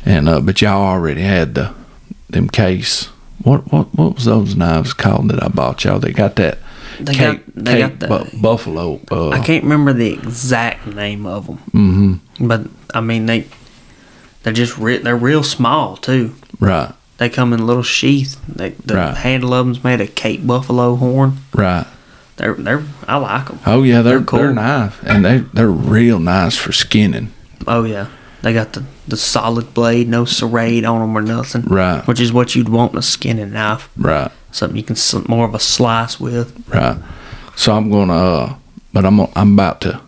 [SPEAKER 1] And uh, but y'all already had the them case. What what what was those knives called that I bought y'all? They got that.
[SPEAKER 2] They got- they got the-
[SPEAKER 1] bu- buffalo. Uh,
[SPEAKER 2] I can't remember the exact name of them.
[SPEAKER 1] mhm,
[SPEAKER 2] But I mean, they they're just re- they're real small too.
[SPEAKER 1] right,
[SPEAKER 2] They come in little sheath. They, the
[SPEAKER 1] Right.
[SPEAKER 2] handle of them's made of Cape buffalo horn.
[SPEAKER 1] right.
[SPEAKER 2] They're they're I like them.
[SPEAKER 1] Oh yeah, they're
[SPEAKER 2] They're cool.
[SPEAKER 1] they're nice, and they they're real nice for skinning.
[SPEAKER 2] Oh yeah, they got the the solid blade, no serrate on them or nothing.
[SPEAKER 1] Right.
[SPEAKER 2] Which is what you'd want in a skinning knife.
[SPEAKER 1] Right.
[SPEAKER 2] Something you can sl- more of a slice with.
[SPEAKER 1] Right. So I'm gonna, uh, but I'm I'm about to.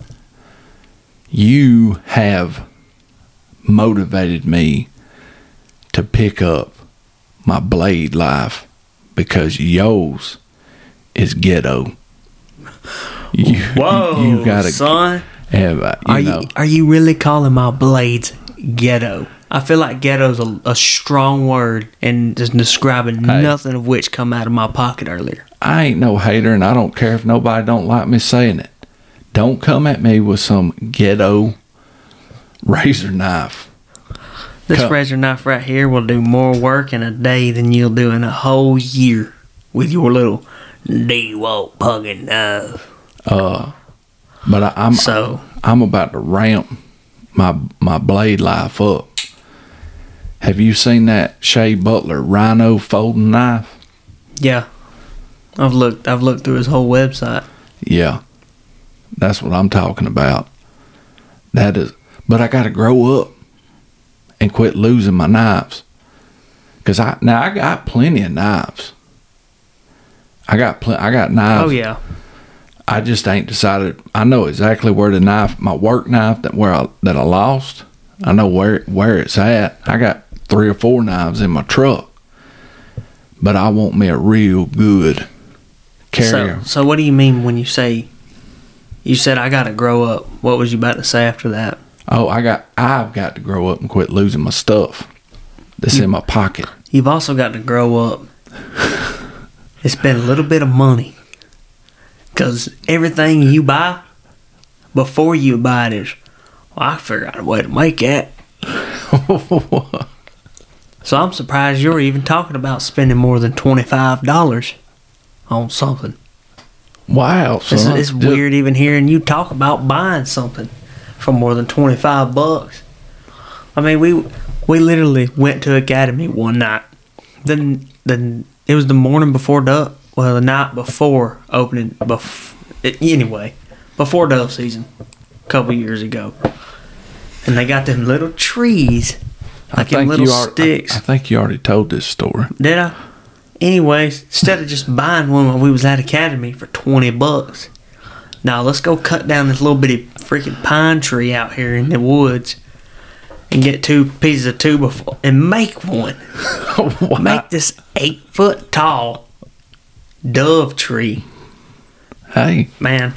[SPEAKER 1] You have motivated me to pick up my blade life because yours is ghetto. You,
[SPEAKER 2] Whoa,
[SPEAKER 1] you, you gotta
[SPEAKER 2] son.
[SPEAKER 1] have uh, you
[SPEAKER 2] Are you,
[SPEAKER 1] know
[SPEAKER 2] are you really calling my blades ghetto? I feel like ghetto's a, a strong word and just describing
[SPEAKER 1] Hey.
[SPEAKER 2] nothing of which come out of my pocket earlier.
[SPEAKER 1] I ain't no hater and I don't care if nobody don't like me saying it. Don't come at me with some ghetto razor knife.
[SPEAKER 2] This
[SPEAKER 1] Cut.
[SPEAKER 2] razor knife right here will do more work in a day than you'll do in a whole year with your little D-Walt pugging knife.
[SPEAKER 1] Uh, But I, I'm
[SPEAKER 2] So,
[SPEAKER 1] I'm about to ramp my my blade life up. Have you seen that Shea Butler Rhino folding knife?
[SPEAKER 2] yeah. I've looked I've looked through his whole website.
[SPEAKER 1] Yeah. That's what I'm talking about. That is but I gotta grow up and quit losing my knives. Cause I now I got plenty of knives. I got pl- I got knives.
[SPEAKER 2] Oh yeah.
[SPEAKER 1] I just ain't decided. I know exactly where the knife, my work knife that where I, that I lost. I know where where it's at. I got three or four knives in my truck, but I want me a real good carrier.
[SPEAKER 2] So, so what do you mean when you say you said I got to grow up? What was you about to say after that?
[SPEAKER 1] oh, I got I've got to grow up and quit losing my stuff that's in my pocket.
[SPEAKER 2] You've also got to grow up and spend a little bit of money. Because everything you buy, before you buy it, is, well, I figured out a way to make that. So I'm surprised you're even talking about spending more than $25 on something.
[SPEAKER 1] wow,
[SPEAKER 2] It's,
[SPEAKER 1] son.
[SPEAKER 2] it's
[SPEAKER 1] Just-
[SPEAKER 2] weird even hearing you talk about buying something for more than 25 bucks. I mean, we we literally went to academy one night. Then then it was the morning before Dove, well, the night before opening bef- it, anyway, before Dove season a couple years ago. And they got them little trees,
[SPEAKER 1] I
[SPEAKER 2] like them
[SPEAKER 1] think
[SPEAKER 2] little
[SPEAKER 1] you are,
[SPEAKER 2] sticks.
[SPEAKER 1] I, I think you already told this story.
[SPEAKER 2] Did I? Anyways, instead of just buying one when we was at Academy for twenty bucks, now let's go cut down this little bitty freaking pine tree out here in the woods and get two pieces of tuba f- and make one.
[SPEAKER 1] Why?
[SPEAKER 2] Make this eight foot tall dove tree,
[SPEAKER 1] hey,
[SPEAKER 2] man.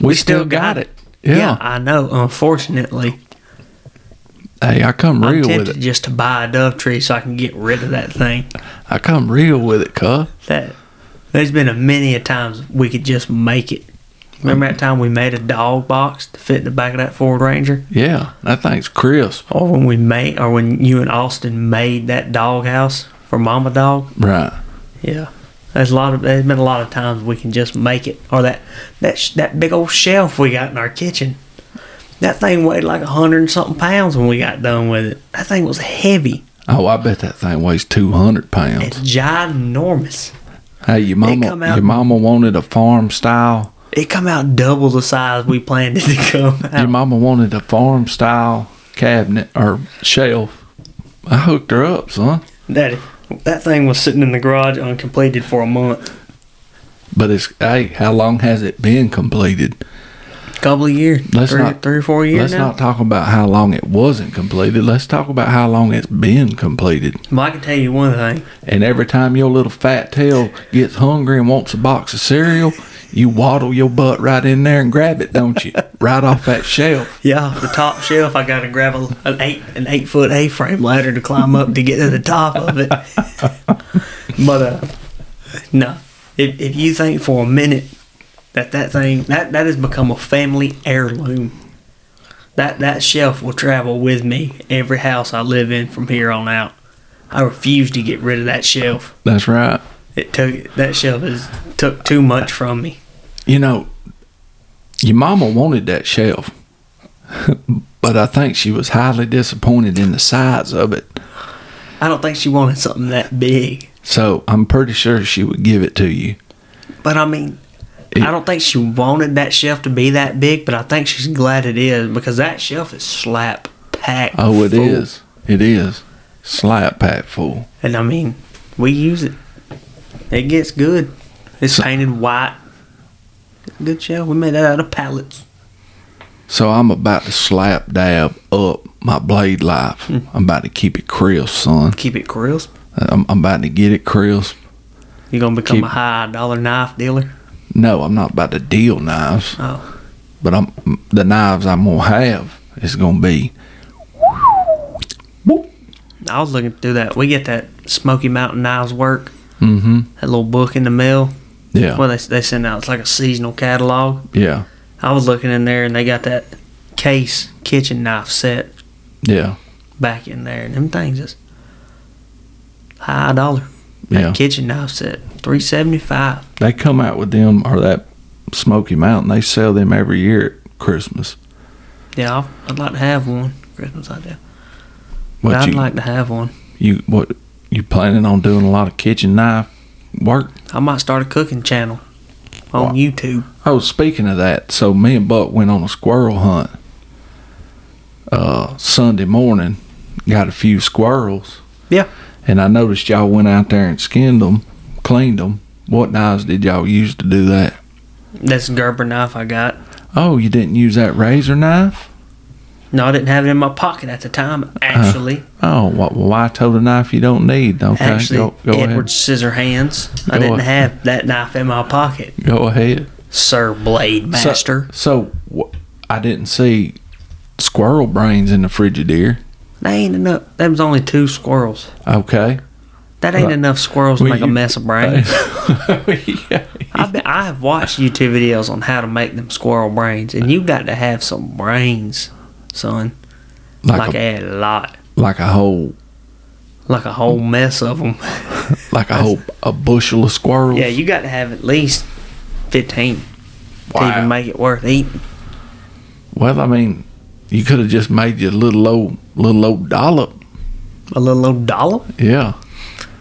[SPEAKER 1] we, still, got it. Yeah.
[SPEAKER 2] I know. Unfortunately,
[SPEAKER 1] Hey, I come
[SPEAKER 2] I'm
[SPEAKER 1] real with
[SPEAKER 2] tempted
[SPEAKER 1] it.
[SPEAKER 2] just to buy a dove tree so I can get rid of that thing.
[SPEAKER 1] I come real with it, cuz.
[SPEAKER 2] That there's been a many a times we could just make it. Remember that time we made a dog box to fit in the back of that Ford Ranger?
[SPEAKER 1] Yeah, that thing's crisp.
[SPEAKER 2] Or when we made, or when you and Austin made that doghouse for Mama Dog.
[SPEAKER 1] Right.
[SPEAKER 2] Yeah, there's a lot of there's been a lot of times we can just make it, or that that sh- that big old shelf we got in our kitchen. That thing weighed like a hundred and something pounds when we got done with it. That thing was heavy.
[SPEAKER 1] Oh, I bet that thing weighs 200 pounds.
[SPEAKER 2] It's ginormus.
[SPEAKER 1] Hey, your
[SPEAKER 2] come
[SPEAKER 1] mama,
[SPEAKER 2] out-
[SPEAKER 1] your mama wanted a farm style.
[SPEAKER 2] It come out double the size we planned it to come
[SPEAKER 1] Your
[SPEAKER 2] out.
[SPEAKER 1] mama wanted a farm style cabinet or shelf. I hooked her up, son.
[SPEAKER 2] Daddy, that thing was sitting in the garage uncompleted for a month,
[SPEAKER 1] But it's hey, how long has it been completed?
[SPEAKER 2] couple of years,
[SPEAKER 1] Let's
[SPEAKER 2] three,
[SPEAKER 1] not-
[SPEAKER 2] three or four years
[SPEAKER 1] Let's
[SPEAKER 2] now.
[SPEAKER 1] not talk about how long it wasn't completed. Let's talk about how long it's been completed.
[SPEAKER 2] Well, I can tell you one thing.
[SPEAKER 1] And every time your little fat tail gets hungry and wants a box of cereal, you waddle your butt right in there and grab it, don't you? right off that shelf.
[SPEAKER 2] Yeah, the top shelf. I got to grab a, an eight an eight foot A frame ladder to climb up to get to the top of it. but uh, no, if, if you think for a minute that that thing that that has become a family heirloom, that that shelf will travel with me every house I live in from here on out. I refuse to get rid of that shelf.
[SPEAKER 1] That's right.
[SPEAKER 2] It took that shelf has took too much from me.
[SPEAKER 1] You know, your mama wanted that shelf, but I think she was highly disappointed in the size of it.
[SPEAKER 2] I don't think she wanted something that big.
[SPEAKER 1] So I'm pretty sure she would give it to you.
[SPEAKER 2] But I mean, I don't think she wanted that shelf to be that big, but I think she's glad it is because that shelf is slap packed.
[SPEAKER 1] Oh, it
[SPEAKER 2] full.
[SPEAKER 1] is. It is. Slap pack full.
[SPEAKER 2] And I mean, we use it. It gets good. It's
[SPEAKER 1] So-
[SPEAKER 2] painted white. Good shelf. We made that out of pallets.
[SPEAKER 1] So I'm about to slap dab up my blade life. I'm about to keep it crisp, son.
[SPEAKER 2] Keep it crisp.
[SPEAKER 1] Uh, I'm, I'm about to get it crisp.
[SPEAKER 2] You're gonna become
[SPEAKER 1] Keep-
[SPEAKER 2] a high dollar knife dealer.
[SPEAKER 1] No, I'm not about to deal knives,
[SPEAKER 2] Oh,
[SPEAKER 1] but I'm the knives I'm gonna have is gonna be
[SPEAKER 2] I was looking through that. We get that Smoky Mountain Knives work.
[SPEAKER 1] mm-hmm.
[SPEAKER 2] That little book in the mail.
[SPEAKER 1] Yeah,
[SPEAKER 2] Well, they they send out it's like a seasonal catalog.
[SPEAKER 1] yeah,
[SPEAKER 2] I was looking in there and they got that case kitchen knife set
[SPEAKER 1] yeah,
[SPEAKER 2] back in there and them things is high dollar. That
[SPEAKER 1] yeah.
[SPEAKER 2] kitchen knife set. Three seventy five.
[SPEAKER 1] They come out with them or that Smoky Mountain. They sell them every year at Christmas.
[SPEAKER 2] Yeah, I'll, I'd like to have one. Christmas idea. But
[SPEAKER 1] What
[SPEAKER 2] I'd
[SPEAKER 1] you
[SPEAKER 2] like to have one.
[SPEAKER 1] you what you planning on doing a lot of kitchen knife work?
[SPEAKER 2] I might start a cooking channel on
[SPEAKER 1] Wow.
[SPEAKER 2] YouTube.
[SPEAKER 1] Oh, speaking of that, so me and Buck went on a squirrel hunt uh, Sunday morning. Got a few squirrels,
[SPEAKER 2] Yeah.
[SPEAKER 1] and I noticed y'all went out there and skinned them, cleaned them. What knives did y'all use to do that?
[SPEAKER 2] That's a Gerber knife I got.
[SPEAKER 1] Oh, you didn't use that razor knife?
[SPEAKER 2] No, I didn't have it in my pocket at the time,
[SPEAKER 1] Uh-huh.
[SPEAKER 2] actually.
[SPEAKER 1] Oh, wha- well, why tote a knife you don't need? Okay,
[SPEAKER 2] actually
[SPEAKER 1] go, go
[SPEAKER 2] Edward Scissorhands. I
[SPEAKER 1] Go
[SPEAKER 2] didn't
[SPEAKER 1] ahead.
[SPEAKER 2] have that knife in my pocket.
[SPEAKER 1] ahead. Go ahead.
[SPEAKER 2] Sir Blade
[SPEAKER 1] So-
[SPEAKER 2] Master.
[SPEAKER 1] So, wh- I didn't see squirrel brains in the Frigidaire.
[SPEAKER 2] That ain't enough. That was only two squirrels.
[SPEAKER 1] Okay.
[SPEAKER 2] That ain't
[SPEAKER 1] Right.
[SPEAKER 2] enough squirrels to
[SPEAKER 1] Well,
[SPEAKER 2] make a
[SPEAKER 1] you-
[SPEAKER 2] mess of brains.
[SPEAKER 1] Yeah.
[SPEAKER 2] I've been, I have watched YouTube videos on how to make them squirrel brains, and you got to have some brains, son. Like,
[SPEAKER 1] Like, a,
[SPEAKER 2] a, lot,
[SPEAKER 1] like a whole
[SPEAKER 2] like a whole mess of them.
[SPEAKER 1] like a whole a bushel of squirrels.
[SPEAKER 2] yeah, you got to have at least fifteen to
[SPEAKER 1] Wow.
[SPEAKER 2] even make it worth eating.
[SPEAKER 1] well, I mean, you could have just made your little old little old dollop.
[SPEAKER 2] A little old dollop,
[SPEAKER 1] Yeah,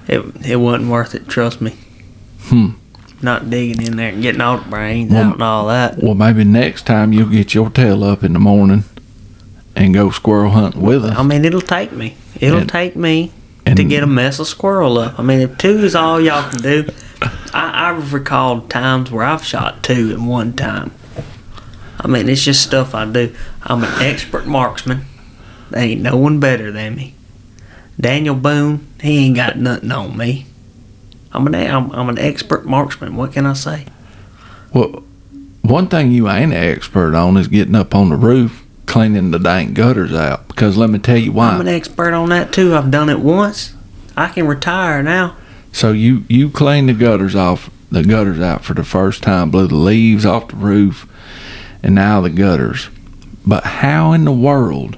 [SPEAKER 2] it it wasn't worth it. Trust me.
[SPEAKER 1] Hmm.
[SPEAKER 2] Not digging in there and getting all the brains
[SPEAKER 1] Well,
[SPEAKER 2] out and all that.
[SPEAKER 1] Well, maybe next time you'll get your tail up in the morning and go squirrel hunting with
[SPEAKER 2] I
[SPEAKER 1] us.
[SPEAKER 2] mean, it'll take me. It'll
[SPEAKER 1] And-
[SPEAKER 2] take me
[SPEAKER 1] and-
[SPEAKER 2] to get a mess of squirrel up. I mean, if two is all y'all can do, I, I've recalled times where I've shot two at one time. I mean, it's just stuff I do. I'm an expert marksman. ain't no one better than me. Daniel Boone, he ain't got nothing on me. I'm an I'm, I'm an expert marksman. What can I say?
[SPEAKER 1] Well, one thing you ain't an expert on is getting up on the roof, cleaning the dang gutters out. Because let me tell you
[SPEAKER 2] I'm an
[SPEAKER 1] why.
[SPEAKER 2] expert on that too. I've done it once. I can retire now.
[SPEAKER 1] So you you cleaned the gutters off the gutters out for the first time, blew the leaves off the roof, and now the gutters. But how in the world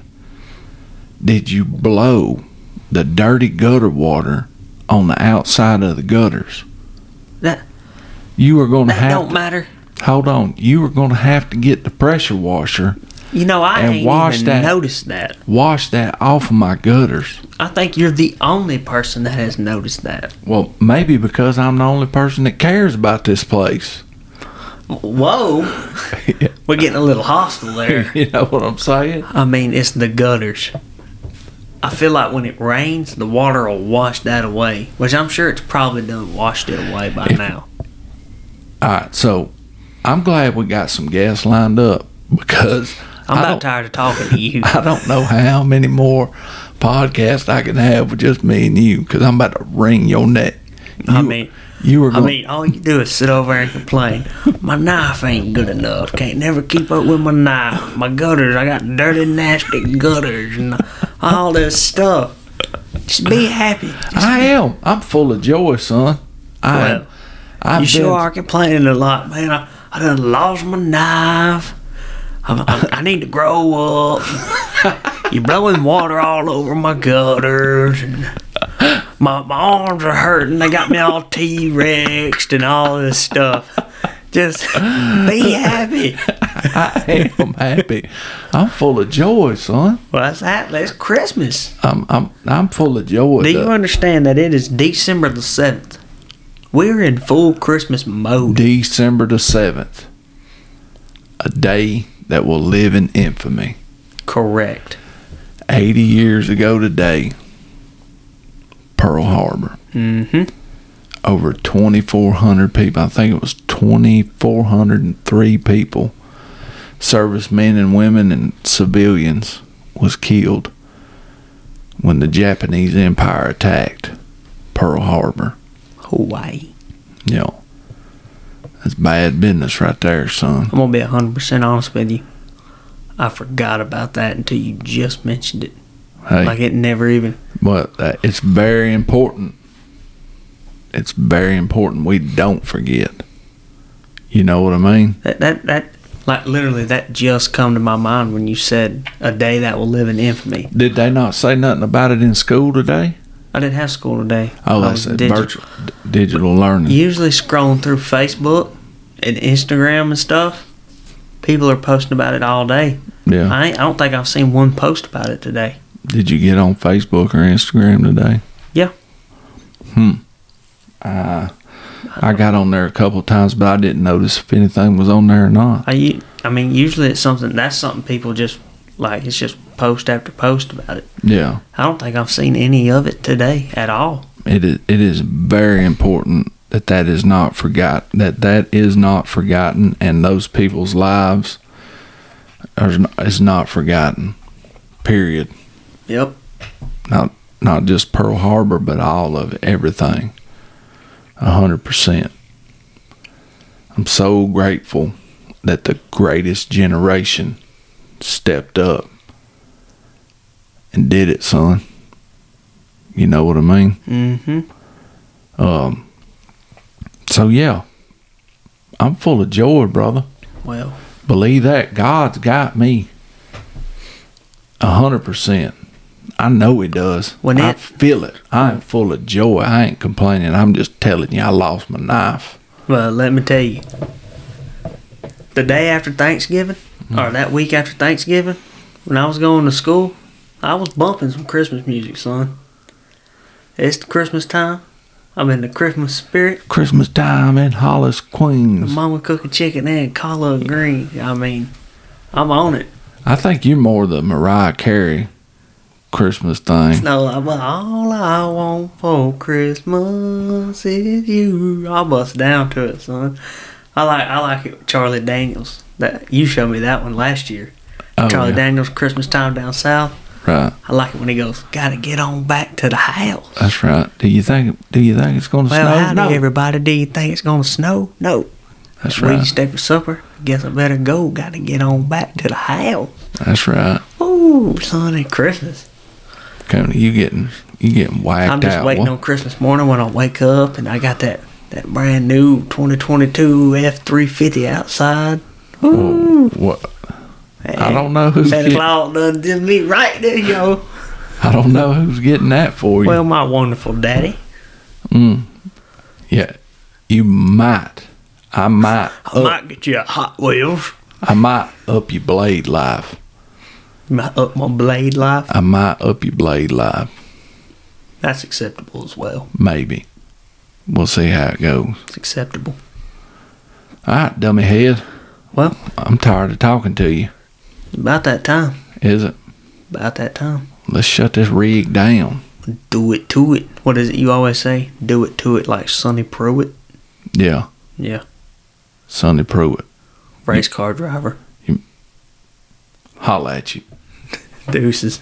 [SPEAKER 1] did you blow the dirty gutter water on the outside of the gutters?
[SPEAKER 2] That-
[SPEAKER 1] you are going to
[SPEAKER 2] That
[SPEAKER 1] have
[SPEAKER 2] don't
[SPEAKER 1] to-
[SPEAKER 2] matter.
[SPEAKER 1] Hold on. You are going to have to get the pressure washer,
[SPEAKER 2] You know I
[SPEAKER 1] And
[SPEAKER 2] ain't
[SPEAKER 1] wash
[SPEAKER 2] even
[SPEAKER 1] that.
[SPEAKER 2] noticed that.
[SPEAKER 1] wash that off of my gutters.
[SPEAKER 2] I think you're the only person that has noticed that.
[SPEAKER 1] Well, maybe because I'm the only person that cares about this place.
[SPEAKER 2] Whoa, we're getting a little hostile there.
[SPEAKER 1] You know what I'm saying?
[SPEAKER 2] I mean, it's the gutters. I feel like when it rains, the water will wash that away, which I'm sure it's probably done washed it away by
[SPEAKER 1] If-
[SPEAKER 2] now.
[SPEAKER 1] All right. So I'm glad we got some guests lined up because
[SPEAKER 2] I'm
[SPEAKER 1] I
[SPEAKER 2] about
[SPEAKER 1] don't-
[SPEAKER 2] tired of talking to you.
[SPEAKER 1] I don't know how many more podcasts I can have with just me and you because I'm about to wring your neck. You,
[SPEAKER 2] I mean-
[SPEAKER 1] you were
[SPEAKER 2] I
[SPEAKER 1] going.
[SPEAKER 2] mean, all you do is sit over there and complain. My knife ain't good enough. Can't never keep up with my knife. My gutters, I got dirty, nasty gutters and all this stuff. Just be happy.
[SPEAKER 1] I am. I'm full of joy, son. I
[SPEAKER 2] Well,
[SPEAKER 1] am. I've
[SPEAKER 2] You
[SPEAKER 1] been-
[SPEAKER 2] sure are complaining a lot, man. I, I done lost my knife. I, I, I need to grow up. You're blowing water all over my gutters. And my, my arms are hurting. They got me all T Rexed and all this stuff. Just be happy.
[SPEAKER 1] I am happy. I'm full of joy, son.
[SPEAKER 2] Well, that's that. That's Christmas.
[SPEAKER 1] I'm I'm I'm full of joy.
[SPEAKER 2] Do
[SPEAKER 1] The-
[SPEAKER 2] you understand that it is December the 7th? We're in full Christmas mode.
[SPEAKER 1] December the seventh, a day that will live in infamy.
[SPEAKER 2] Correct.
[SPEAKER 1] Eighty years ago today, Pearl Harbor.
[SPEAKER 2] Mm hmm.
[SPEAKER 1] Over twenty four hundred people. I think it was twenty four hundred and three people, servicemen and women and civilians, was killed when the Japanese Empire attacked Pearl Harbor.
[SPEAKER 2] Hawaii.
[SPEAKER 1] Yeah. That's bad business right there, son.
[SPEAKER 2] I'm gonna be 100% honest with you. I forgot about that until you just mentioned it.
[SPEAKER 1] Hey,
[SPEAKER 2] Like it never even.
[SPEAKER 1] but uh, it's very important. It's very important we don't forget. You know what I mean?
[SPEAKER 2] That, that, that, like literally, that just come to my mind when you said a day that will live in infamy.
[SPEAKER 1] Did they not say nothing about it in school today?
[SPEAKER 2] I didn't have school today.
[SPEAKER 1] Oh,
[SPEAKER 2] I
[SPEAKER 1] that's
[SPEAKER 2] was
[SPEAKER 1] said
[SPEAKER 2] digi-
[SPEAKER 1] virtual d- digital learning.
[SPEAKER 2] Usually scrolling through Facebook and Instagram and stuff, people are posting about it all day.
[SPEAKER 1] yeah.
[SPEAKER 2] I, ain't, I don't think I've seen one post about it today.
[SPEAKER 1] Did you get on Facebook or Instagram today?
[SPEAKER 2] Yeah.
[SPEAKER 1] Hmm. Uh, I got on there a couple times, but I didn't notice if anything was on there or not.
[SPEAKER 2] I, u- I mean, usually it's something that's something people just like. It's just post after post about it.
[SPEAKER 1] Yeah.
[SPEAKER 2] I don't think I've seen any of it today at all.
[SPEAKER 1] it is it is very important that that is not forgot that that is not forgotten and those people's lives are is not forgotten period
[SPEAKER 2] Yep.
[SPEAKER 1] not not just pearl harbor but all of it, everything a hundred percent i'm so grateful that the greatest generation stepped up and did it son you know what i mean
[SPEAKER 2] Mm-hmm.
[SPEAKER 1] um, so yeah, I'm full of joy, brother.
[SPEAKER 2] Well,
[SPEAKER 1] Believe that God's got me a hundred percent. I know He does.
[SPEAKER 2] When
[SPEAKER 1] I
[SPEAKER 2] it-
[SPEAKER 1] feel it, I am full of joy. I ain't complaining. I'm just telling you, I lost my knife.
[SPEAKER 2] well, let me tell you. The day after Thanksgiving, or that week after Thanksgiving, when I was going to school, I was bumping some Christmas music, son. It's the Christmas time. I'm in the Christmas spirit.
[SPEAKER 1] Christmas time in Hollis, Queens.
[SPEAKER 2] Mama cooking chicken and collard green. I mean, I'm on it.
[SPEAKER 1] I think you're more the Mariah Carey Christmas thing.
[SPEAKER 2] No, I- well, all I want for Christmas is you. I'll bust down to it, son. I like I like it with Charlie Daniels. That you showed me that one last year.
[SPEAKER 1] Oh,
[SPEAKER 2] Charlie
[SPEAKER 1] yeah.
[SPEAKER 2] Daniels Christmas time down south.
[SPEAKER 1] Right.
[SPEAKER 2] I like it when he goes, "Gotta get on back to the house."
[SPEAKER 1] That's right. Do you think? Do you think it's going to
[SPEAKER 2] Well,
[SPEAKER 1] snow?
[SPEAKER 2] howdy, everybody. Do you think it's gonna snow? No.
[SPEAKER 1] That's
[SPEAKER 2] We
[SPEAKER 1] right.
[SPEAKER 2] stay for supper. Guess I better go. Gotta get on back to the house.
[SPEAKER 1] That's right.
[SPEAKER 2] Ooh, Sonny, Christmas.
[SPEAKER 1] Coney, you getting you getting whacked
[SPEAKER 2] I'm just
[SPEAKER 1] out.
[SPEAKER 2] waiting
[SPEAKER 1] What-
[SPEAKER 2] on Christmas morning when I wake up and I got that, that brand new 2022 F350 outside.
[SPEAKER 1] what- I don't know who's
[SPEAKER 2] Santa
[SPEAKER 1] getting,
[SPEAKER 2] Claus done did me right there, yo.
[SPEAKER 1] I don't know who's getting that for you.
[SPEAKER 2] Well, my wonderful daddy.
[SPEAKER 1] yeah, you might. I might.
[SPEAKER 2] I might get you a Hot Wheels.
[SPEAKER 1] I might up your blade life.
[SPEAKER 2] Might up my blade life.
[SPEAKER 1] I might up your blade life.
[SPEAKER 2] That's acceptable as well.
[SPEAKER 1] Maybe. We'll see how it goes.
[SPEAKER 2] It's acceptable.
[SPEAKER 1] All right, dummy head.
[SPEAKER 2] Well,
[SPEAKER 1] I'm tired of talking to you.
[SPEAKER 2] about that time.
[SPEAKER 1] Is it?
[SPEAKER 2] About that time.
[SPEAKER 1] Let's shut this rig down.
[SPEAKER 2] do it to it. What is it you always say? Do it to it like Sonny Pruitt.
[SPEAKER 1] Yeah,
[SPEAKER 2] Yeah.
[SPEAKER 1] Sonny Pruitt.
[SPEAKER 2] Race car driver.
[SPEAKER 1] Holla at you.
[SPEAKER 2] Deuces.